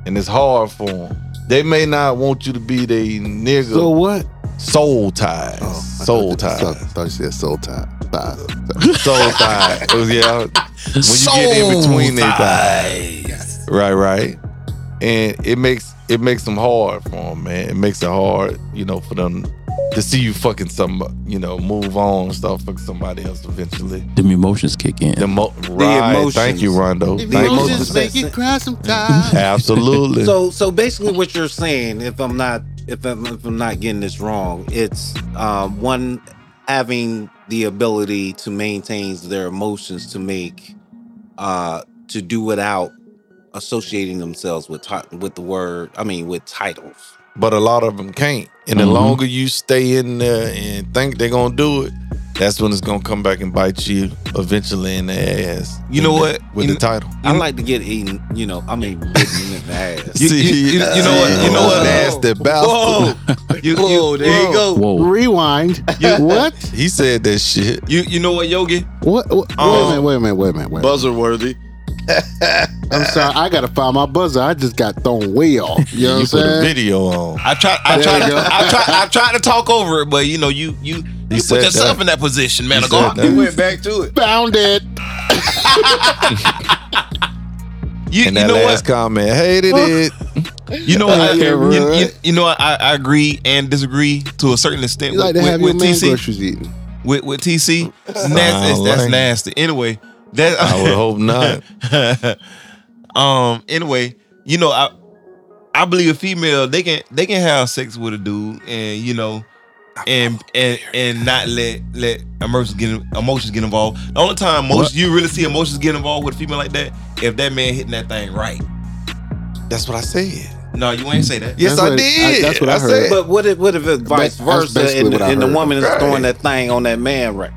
and it's hard for them. They may not want you to be they nigga. So what? Soul ties. soul ties. I thought you said soul tie. Thighs. soul ties. It was, yeah. When you get in Soul between their thighs. Right, right. And it makes it makes them hard for them, man. It makes it hard, you know, for them to see you fucking some, you know, move on and start fucking somebody else eventually. Them emotions kick in. The mo- right. Thank you, Rondo. The Thank you. emotions make you cry sometimes. *laughs* Absolutely. So so basically, what you're saying, if I'm not if I'm, if I'm not getting this wrong, it's um, one having the ability to maintain their emotions to make uh, to do without associating themselves with ti- with the word. I mean, with titles. but a lot of them can't. And the Mhm. longer you stay in there and think they're gonna do it, that's when it's gonna come back and bite you eventually in the ass. You know what? With You- the title, I like to get eaten. You know, I mean, bitten in the ass. You- you- you- you know what- you know what? Nasty bastard. Whoa. You- you- there you go. Rewind. what? He said that shit. You you know what, Yogi? What? what Um, wait a minute. Wait a minute. Wait a minute. Wait a minute. worthy. *laughs* I'm sorry. I gotta find my buzzer. I just got thrown way off. You know what I'm you put a saying? video on. I try I There try you to, go. I try I tried to talk over it, but you know you you you, said put yourself that. in that position, man. oh, You Go said out. that. You went back to it. Found it. You, and you that know last what? comment, hated it. You know *laughs* what? I, Yeah, you, right. you- you know I, I agree and disagree to a certain extent. You like to with, have your with, with man TC. groceries eaten. with with TC. That's Sound nasty. That's like- nasty. Anyway, that *laughs* I would *laughs* hope not. um. Anyway, you know, I I believe a female they can they can have sex with a dude, and you know, and and and not let let emotions get emotions get involved. The only time most you really see emotions get involved with a female like that if that man hitting that thing right. That's what I said. No, you ain't say that. Yes, That's I what- did. I- that's what I I heard. said- But what if what if it's vice Ba- that's versa, and, basically what I and the heard. woman is Right. throwing that thing on that man right?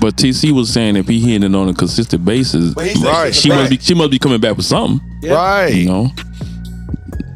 But TC was saying if he hitting it on a consistent basis, But he said Right. she must be she must be coming back with something. Right. You know.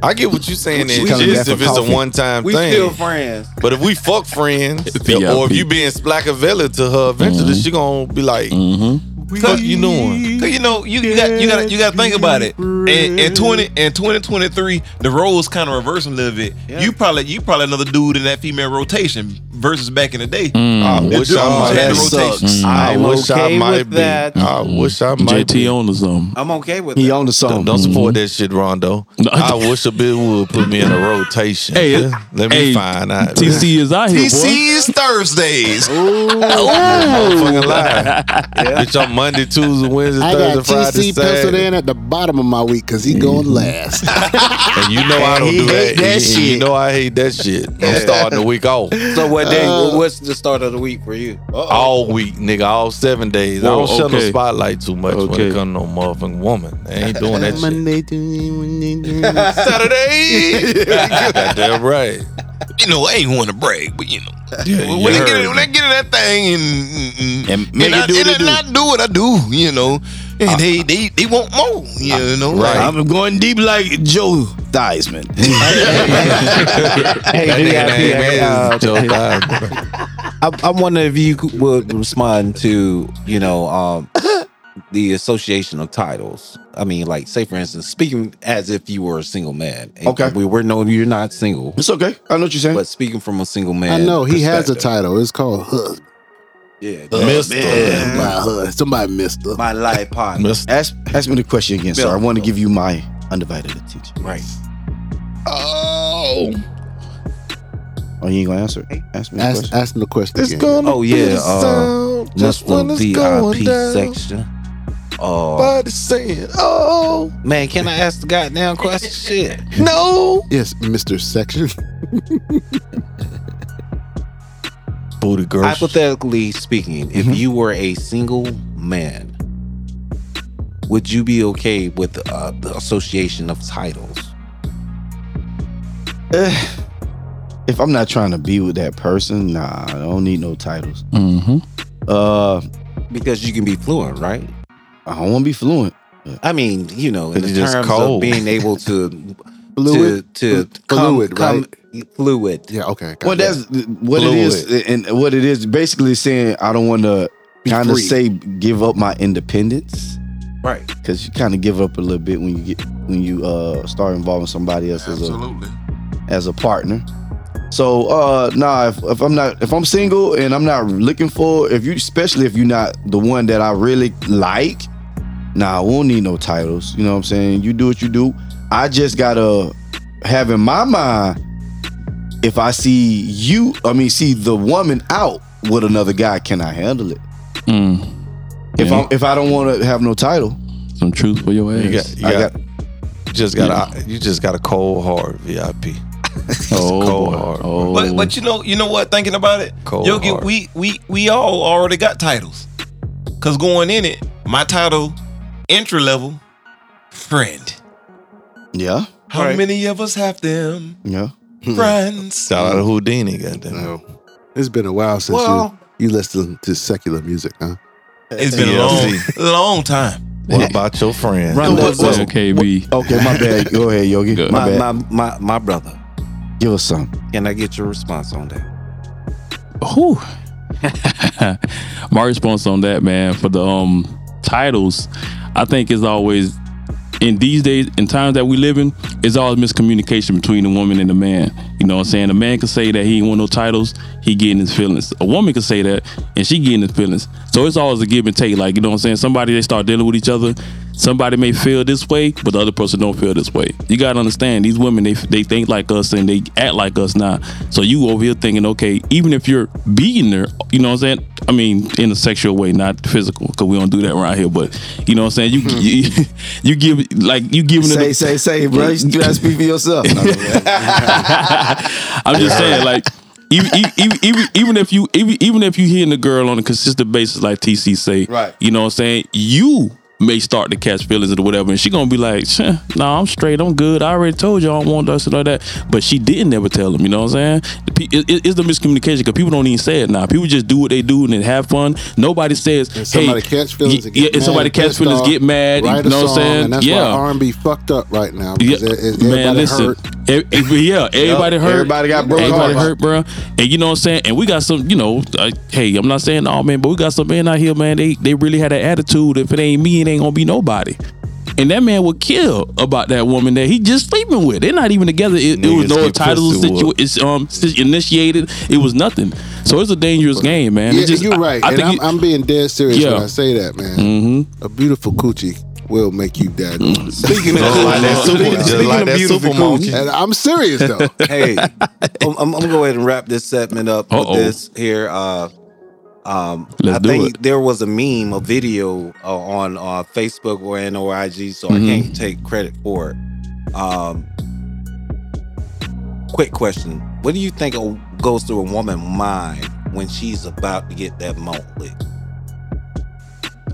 I get what you're saying. We and coming just back if for it's a coffee. one time We thing. still friends. But if we fuck friends, VIP. Mm-hmm. Mm-hmm. or if you being Splackavella to her eventually, she gonna be like, Cause you doing? Cause you know you, you got you got you got to think about it. And in twenty in twenty twenty three, the roles kind of reverse a little bit. You probably you probably another dude in that female rotation versus back in the day. I The wish dudes I might had be. the rotation. Mm-hmm. I I'm wish I okay might with be. Uh, that. I wish I might JT be. Mm-hmm. on the something. I'm okay with He on the song. Don't support that shit, Rondo. I wish a bit would put me in a rotation. Hey, it- let me hey, find out. TC is out here, boy. TC is Thursdays. Ooh. Fucking lie. *laughs* Bitch, I'm Monday, Tuesday, Wednesday, I got Thursday, Friday, TC penciled Saturday. in at the bottom of my week because he going last. And you know I don't He do hate that. that You- You shit. know I hate that shit. I'm starting the week off. So what day? what's the start of the week for you? all week, nigga, all seven days. I Whoa, don't shut the okay. spotlight too much when Okay. it comes to no motherfucking woman. I ain't doing that shit. *laughs* Saturday. Goddamn right. you know, I ain't want to brag, but you know. Yeah, when you they get heard it, when they get in that thing and And make it I, do what and it I not do what I do, you know, and they, they they want more, you know. Uh, right. Like, I'm going deep like Joe Theismann. *laughs* Hey, VIP, That nigga name is Joe Biden. I, I wonder if you could- would respond to you know um, the association of titles. I mean, like say for instance, speaking as if you were a single man. And Okay. we were no, you're not single, It's okay. I know what you're saying. but speaking from a single man. I know he has *laughs* a perspective. title. It's called Hood. Yeah, Mister. My Hood. Somebody missed her. my life partner. Mister. ask ask me the question again, sir. I want to give you my undivided attention. Right. Oh. Oh, you ain't gonna answer? it? Ask me the Ask, question. ask him the question. again. Oh yeah. Uh, just the when it's going VIP down. section. Oh saying, oh, man, can I ask the goddamn *laughs* question? Shit. no. Yes, Mr. Section. *laughs* Booty girl. Hypothetically speaking, Mm-hmm. if you were a single man, would you be okay with uh, the association of titles? Eh, if I'm not trying to be with that person, nah, I don't need no titles. Mm-hmm. Uh, Because you can be fluent, right? I don't want to be fluent. I mean, you know, in It's the just terms cold. of being able *laughs* to Fluid. to, to come, Fluid, come- right? fluid. Yeah, okay. got Well, it. that's what it is, and what it is basically saying I don't want to kind of free. say give up my independence. Right. because you kind of give up a little bit when you get when you uh start involving somebody else as a absolutely. as a partner. So uh nah, if, if I'm not if I'm single and I'm not looking for if you especially if you're not the one that I really like, nah, we don't need no titles. You know what I'm saying? You do what you do. I just gotta have in my mind if I see you, I mean see the woman out with another guy, can I handle it? Mm. If Yeah. I'm if I don't want to have no title, Some truth for your ass. You got, you I got, you just got, a, you just got a cold hard VIP. oh, cold boy. hard. oh. But but you know you know what? Thinking about it, Cold Yogi, heart. we we we all already got titles. Cause going in it, my title, entry level, friend. yeah, How many of us *laughs* have them yeah. friends? Shout out to Houdini, goddamn. No. It's been a while since Well- you, you listened to secular music, huh? It's been TLC. a long *laughs* long time. What about your friend? Rondo, What's what's- up, KB? Okay, *laughs* my bad. Go ahead, Yogi. Good. My, My bad. my my my brother, Give us some. can I get your response on *laughs* that? Whew. *laughs* My response on that, man, for the um titles, I think is always in these days, in times that we live in, it's always miscommunication between the woman and the man. You know what I'm saying? A man can say that he ain't want no titles, he getting his feelings. A woman can say that and she getting his feelings. So it's always a give and take. Like, you know what I'm saying? Somebody they start dealing with each other. Somebody may feel this way, but the other person don't feel this way. You gotta understand these women, they they think like us and they act like us now. So you over here thinking, okay, even if you're beating her, you know what I'm saying? I mean, in a sexual way, not physical, because we don't do that around here. But you know what I'm saying? You you, you *laughs* give like you giving it. Say, a- say, say, bro. You gotta speak for *laughs* yourself. I'm just saying, like, even, even, even, even if you even, even if you hitting the girl on a consistent basis, like TC say, Right. You know what I'm saying? You may start to catch feelings or whatever, and she gonna be like, "Huh, "No, I'm straight, I'm good. I already told you I don't want this and all that." But she didn't ever tell him. You know what I'm saying? The pe- it- it- it's the miscommunication because people don't even say it now. People just do what they do and then have fun. Nobody says, And somebody "Hey, catch feelings y- and get yeah, mad and somebody and catch pissed feelings, off, get mad." Write you a know what I'm song, saying? and that's yeah. why R&B fucked up right now. Yeah, because it- it- man, everybody listen, hurt. Ev- *laughs* ev- yeah, everybody hurt. Everybody got broke Everybody heart. hurt, bro. And you know what I'm saying. And we got some, you know. Uh, hey, I'm not saying all man, but we got some men out here, man. They they really had an attitude. If it ain't me, it ain't gonna be nobody. And that man would kill about that woman that he just sleeping with. They're not even together. It, it was Niggas no get title pussy situ- whooped. it's, um, si- initiated. It was nothing. So it's a dangerous game, man. Yeah, It's just- you're I- right. I, and think I'm, it- mm-hmm. I'm being dead serious Yeah. Mm. when I say that, man. A beautiful coochie will make you die. Mm. *laughs* Speaking of- Just like *laughs* that super- Speaking- just speaking like of that beautiful super monkey. coochie. And I'm serious *laughs* though. hey, I'm, I'm, I'm gonna go ahead and wrap this segment up Uh-oh. with this here. Uh, um, Let's I do think there was a meme, a video uh, on uh, Facebook or and or IG, so Mhm. I can't take credit for it. Um, quick question: What do you think a- goes through a woman's mind when she's about to get that moment?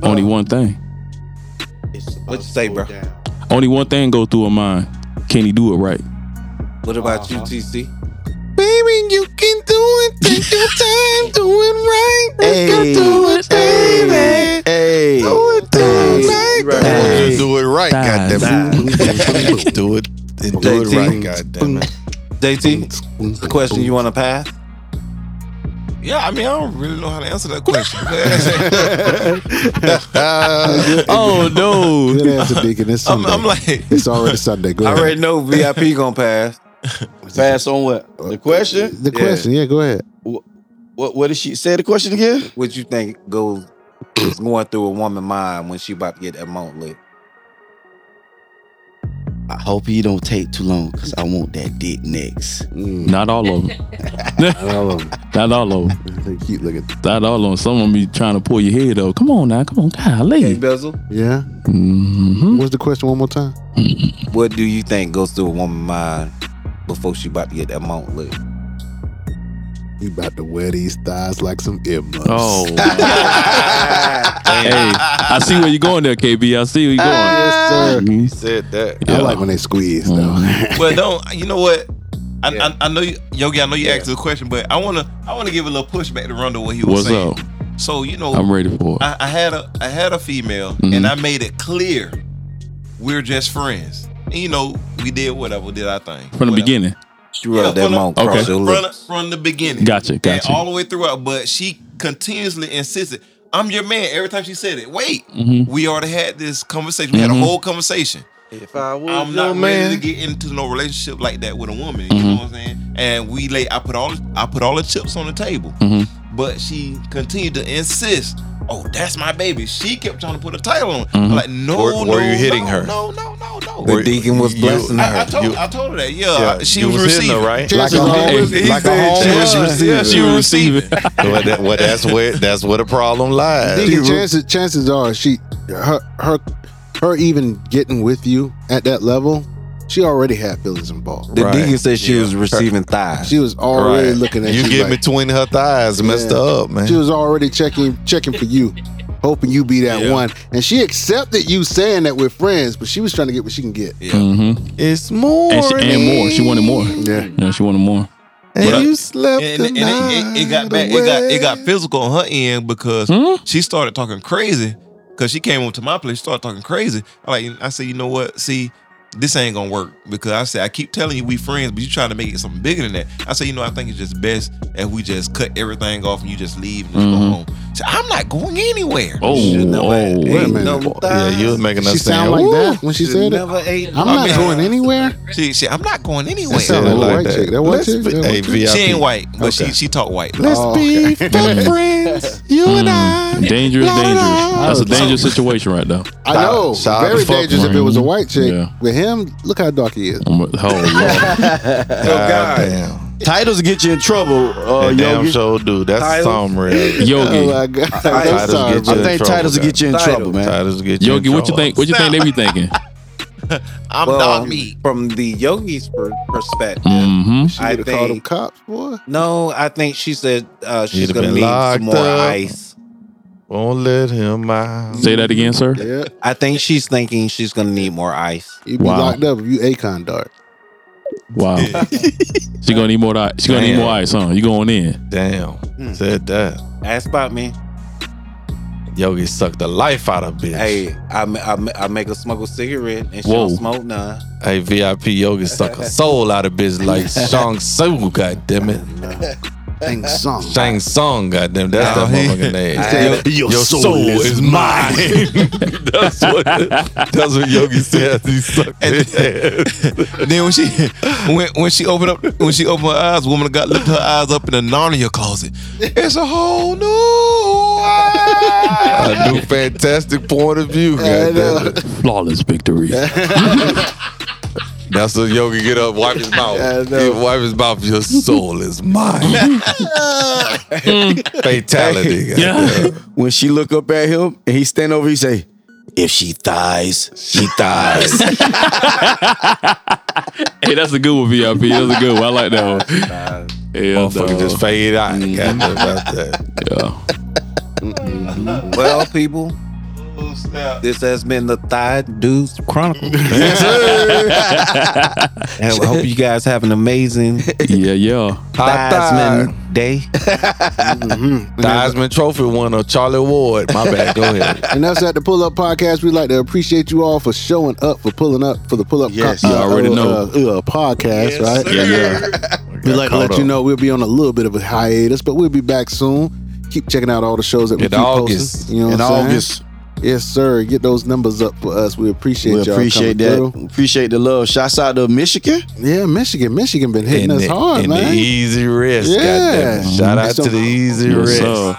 only one thing. What you say, bro? Only one thing go through her mind. Can he do it right? What about you, TC? Baby, you can do it. Take your time doing right. Hey. You can do it, baby. Hey. Do it, do it like that. Just do it right, goddamn it. Do it and do it JT. right, goddamn it. JT, the question you want to pass? Yeah, I mean, I don't really know how to answer that question. *laughs* *laughs* oh no! Good answer, Deacon. It's Sunday. *laughs* I'm, like, it's already Sunday. Go I ahead. already know VIP gonna pass. Pass on what? The question? The question, yeah, go ahead. What what did she say the question again? What you think goes is going through a woman's mind when she about to get that moment lit? I hope he don't take too long because I want that dick next. Mm. Not all of them. Not all of them. Not all of them. They keep looking. Not all of them. Some of them be trying to pull your head up. Come on now. Come on. Hey, Golly. Mm-hmm. Bezel, Yeah. What's the question one more time? what do you think goes through a woman's mind before she about to get that moment lit? You about to wear these thighs like some earmuffs. *laughs* Oh. hey, I see where you're going there, KB. I see where you're going. Yes, sir. Mhm. Said that. I like when they squeeze Mm. Mm-hmm. though. but don't you know what? I, I, I know you, Yogi. I know you asked the question, but I wanna I wanna give a little pushback to Rondo what he was What's saying. up? So you know, I'm ready for it. I, I had a I had a female, Mhm. and I made it clear we're just friends. And, you know, we did whatever, did our thing From the beginning. She rubbed that mouth Okay. across your from, lips. from the beginning. Gotcha, And gotcha. all the way throughout, but she continuously insisted, "I'm your man." Every time she said it, wait, Mhm. we already had this conversation. We had Mhm. a whole conversation. If I was I'm your not man. ready to get into no relationship like that with a woman. You Mm-hmm. know what I'm saying? And we lay, I put all, I put all the chips on the table, Mhm. Mm-hmm. but she continued to insist. Oh, that's my baby. She kept trying to put a title on. it. Mhm. I'm like, no, Mm-hmm. Were- no, were you hitting no, her? No, no, no, no. The deacon was you- blessing I, I her. told, You- I told her that. Yeah, Yeah, she you was, was hitting her, receiving, right? Like a home, like a home Yeah, she Mm-hmm. was receiving. *laughs* well, that, well, that's where that's where the problem lies. Deacon, chances chances are she her her her even getting with you at that level, she already had feelings involved. The Right. deacon said she was receiving thighs. She was already looking at you. you get like, between her thighs, messed Yeah. up, man. She was already checking checking for you, hoping you be that Yeah. one. And she accepted you saying that we're friends, but she was trying to get what she can get. Yeah. Mm-hmm. it's more And, she, and more. She wanted more. Yeah. Yeah, she wanted more. And But- you slept and, and the it, it, it got night back. It got it got away. physical on her end because Hmm? she started talking crazy. Cause she came up to my place, started talking crazy. I like I said, you know what? See, this ain't gonna work because I said I keep telling you we friends, but you trying to make it something bigger than that. I said, you know, I think it's just best if we just cut everything off and you just leave and just Mhm. go home. So I'm not going anywhere. Oh, oh. Wait a Ain't minute. no Yeah, thighs. you was making She us sound sound like that when she said it. never ate. I'm I not mean- going anywhere. She, she, I'm not going anywhere. That sound like a like white that. chick. That white Let's chick. be- That hey, white chick. V- She ain't VIP. white, but Okay. she she talk white. Let's Oh, be okay. fuck friends, you and I. Mm. Dangerous, La, la, dangerous. la. That's a dangerous situation right now. I know. Shout out Very to fuck dangerous if it was a white chick. Yeah. With him, look how dark he is. I'm a- *laughs* oh, Lord. God damn. Titles get you in trouble, uh, That damn Yogi. show, dude. That's Titles. *laughs* something real. Oh Yogi. my god. Titles I'm sorry. get bro. I you- think trouble, titles will get you in Title. trouble, man. Titles get you. in Yogi, what you trouble. think? What you think they be *laughs* thinking? I'm Well, um, not me. from the yogi's per- perspective, Mm-hmm. She I would have called him think- cops, boy. no, I think she said uh, she's You'd have gonna been need locked some more up. ice. Won't let him out. Say that again, sir. Yeah. I think she's thinking she's gonna need more ice. You'd be Wow. locked up if you Akon dark. Wow. *laughs* she gonna need more. di- She gonna need Damn. Hmm. more ice, huh? You going in? Damn. Said that. Ask about me. Yogi sucked the life out of bitch. Hey, I, ma- I, ma- I make a smoke a cigarette and she Whoa. don't smoke none. Hey, VIP Yogi suck a soul out of *laughs* bitch like Shang Tzu, goddammit. Shang Tsung. Shang Tsung, goddamn. That's Nah, that he- motherfucking name. he said, "Your soul is *laughs* that's, what, that's what *laughs* Yogi said. He sucked then when she *laughs* when, when she opened up when she opened her eyes, woman got lifted her eyes up in the Narnia closet. It's a whole new a new fantastic point of view, goddamn. Flawless victory. *laughs* That's what Yogi get up, wipe his mouth. I He wipe his mouth. Your soul *laughs* is mine. Fatality. goddamn. When she look up at him and he stand over, he say, "If she thighs, she *laughs* thighs." hey, that's a good one, VIP. That's a good one. I like that one. Yeah, Motherfucker dog. just fade out. Goddamn, that's that. Yeah. well, people, this has been the Thigh Dudes Chronicle. *laughs* and I hope you guys have an amazing yeah, yeah. Theisman Day. Heisman Trophy winner Charlie Ward. My bad. Go ahead. and that's at the Pull Up Podcast. We'd like to appreciate you all for showing up, for pulling up for the Pull Up Yes, you already uh, know. uh, uh, podcast, right? sir. Yeah, We'd like to caught let you up. know we'll be on a little bit of a hiatus, but we'll be back soon. Keep checking out all the shows that we In keep August. posting. You know In what I'm saying? August. Yes, sir. Get those numbers up for us. We appreciate we y'all. appreciate that. coming Appreciate the love. Shouts out to Michigan. through. Yeah, Michigan. Michigan been hitting And us the, hard, and man. the easy wrist. Yeah. Goddamn. it. Shout out It's to so- the easy Yes, wrist. sir. Shout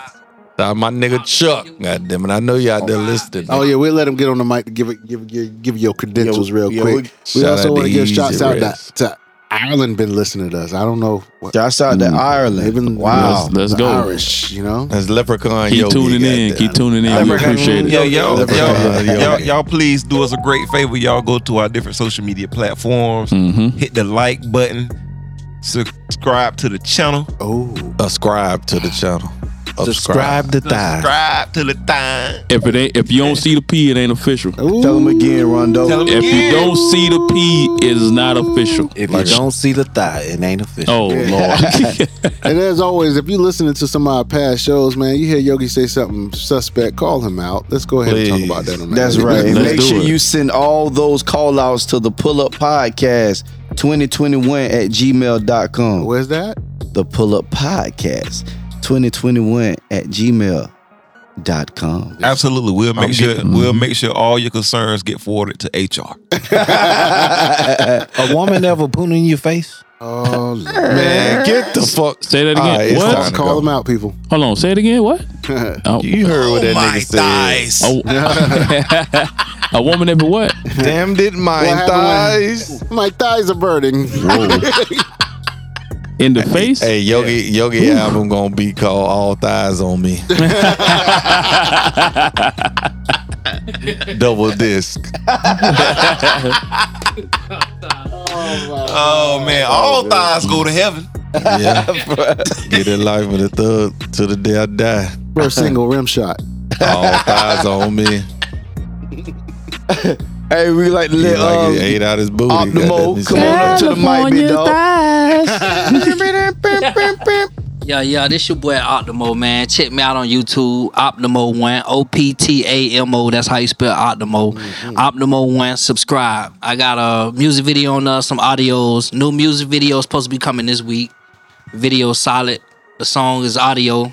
out Uh, my nigga Chuck. Goddamn it. I know you out there listening. Oh yeah, we'll let him get on the mic to give it, give give, give your credentials real yeah, quick. we- We, Shout out also want to to give Easy shouts out Rest. to, to Ireland. Been listening to us. I don't know. What, Shouts out to they've Ireland. been Wow. Let's, let's the go. Irish, you know. That's Leprechaun Keep Yogi. tuning in. goddamn. Keep tuning in. We appreciate it. Yeah, y'all, y'all, Leprechaun y'all, Yogi. y'all, please do us a great favor. Y'all go to our different social media platforms, Mhm. hit the like button, subscribe to the channel, Oh, Subscribe to the channel. Subscribe to Thigh. subscribe to the time. If it ain't, if you don't see the P, it ain't official. Tell him again, Tell Rondo. 'em If you again. don't see the P, it is not official. If you don't see the thigh, it ain't official. Oh Lord. And as always, if you're listening to some of our past shows, man, you hear Yogi say something suspect, call him out. Let's go ahead and Please. talk about that. On That's that. right. And Let's Make do sure it. you send all those call outs to the pull up podcast 2021 at gmail.com. Where's that? the pull up podcast 2021 at gmail.com. Absolutely, we'll make I'm sure getting- we'll make sure all your concerns get forwarded to HR. A woman ever pooning in your face? *laughs* Oh, Lord. Man, get the fuck. Say that again. All right, it's What? time to call go. him out, people. Hold on. Say it again. What? Oh, You heard what that nigga said. oh. *laughs* a woman ever what? Damn, did What mine happened thighs. *laughs* My thighs are burning. In the face? Hey, Yogi, Yogi album gonna be called All Thighs on Me. Double disc. Oh man, all thighs go to heaven. Yeah. Get in life with a thug to the day I die. *laughs* First single rim shot. All thighs on me. Hey, we like to He let um, like it ate out his booty. Optimo goddamn. come on up to the mic, big dog. Yeah, yeah, this your boy Optimo, man. Check me out on YouTube, Optimo1, O P T A M O. That's how you spell Optimo. Optimo1, subscribe. I got a music video on there, some audios. New music video is supposed to be coming this week. Video solid. The song is audio,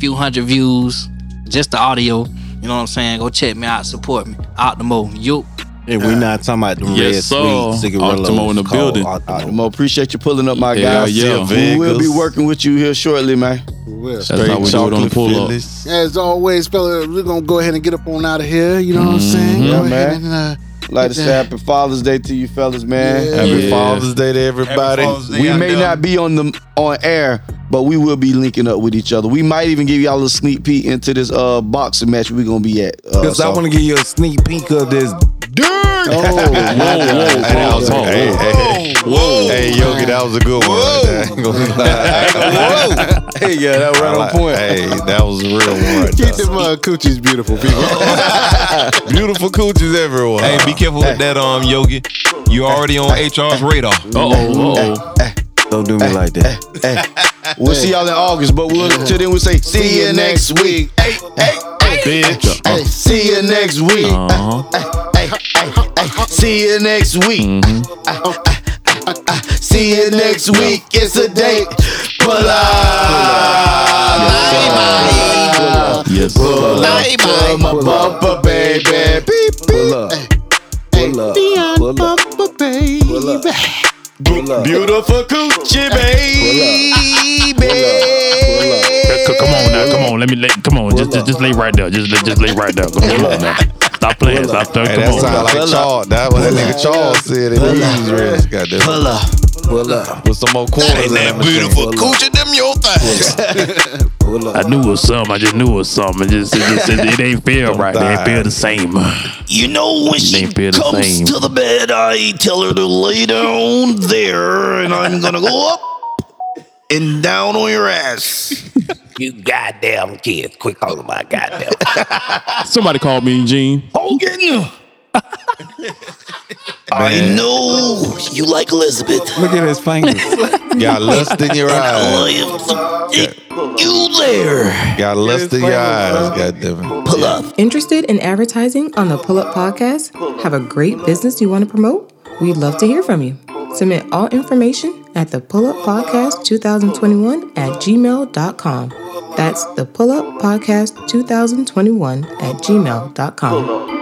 few hundred views, just the audio. You know what I'm saying? Go check me out, support me. Optimo, you. And we're not talking about the Yes, red sir. sweet cigarillos Optimo in the called building. Optimo. Optimo, appreciate you pulling up, my guy. Yeah, yeah. We will be Vehicles. working with you here shortly, man. We will. That's how we do it on the pull up. As always, fella, we're gonna go ahead and get up on out of here. You know what I'm saying? Mm-hmm. Yeah, Go ahead man. and, uh, Like to say happy Father's Day to you fellas, man. Yeah. Happy Yeah. Father's Day to everybody. Father's Day. We I'm may done. not be on the on air, but we will be linking up with each other. We might even give y'all a sneak peek into this uh boxing match we're gonna be at. Uh, Because I so- want to give you a sneak peek of this. *laughs* oh, Whoa, whoa, Hey, that was a- whoa, hey, whoa. hey, hey. Hey, Yogi, that was a good one. Right there. I ain't gonna lie. hey, yeah, that right I like- on point. Hey, that was a real one. right Keep there. them uh, coochies beautiful, people. Beautiful coochies everywhere. Hey, be careful with that, um, Yogi. You already on HR's radar. Uh-oh, uh-oh. Don't do me like that. We'll see y'all in August, but we'll until then we'll say see you next week. Hey, hey, hey. bitch. Hey, see you next week. Uh-huh. Uh-huh. Hey, hey, hey, hey, see you next week. Mm-hmm. Uh, See you next week. It's a date. Pull up. Yes, Pull up. Pull my bumper, baby. Beep, beep. Pull up. Pull up. Beyond Bumper, baby. Beautiful coochie, baby. C- Come on now, come on. Let me lay. Come on, just just, just lay right there. Just just lay right there. Come on, come on now. Stop playing. Stop playing. Hey, Come that on. sound like Charles. Oh, That was that nigga Charles said it. He's real. Got that. Pull up. Pull up. With some more quarters in that beautiful Coochie them your thighs. I knew it was something. I just knew it was something. It just it, just, it, it ain't feel right. It ain't feel the same. You know when she Ain't feel the comes same. to the bed, I tell her to lay down there, and I'm gonna go up and down on your ass. You goddamn kids. Quit calling my goddamn. Somebody called me Gene. Hogan. I know you like Elizabeth. Look at his fingers. Got lust in your eyes. You there? Got lust in your eyes. God damn it. Pull up. Interested in advertising on the Pull Up Podcast? Have a great business you want to promote? We'd love to hear from you. Submit all information at the Pull Up Podcast 2021 at gmail.com. That's the Pull Up Podcast 2021 at gmail.com.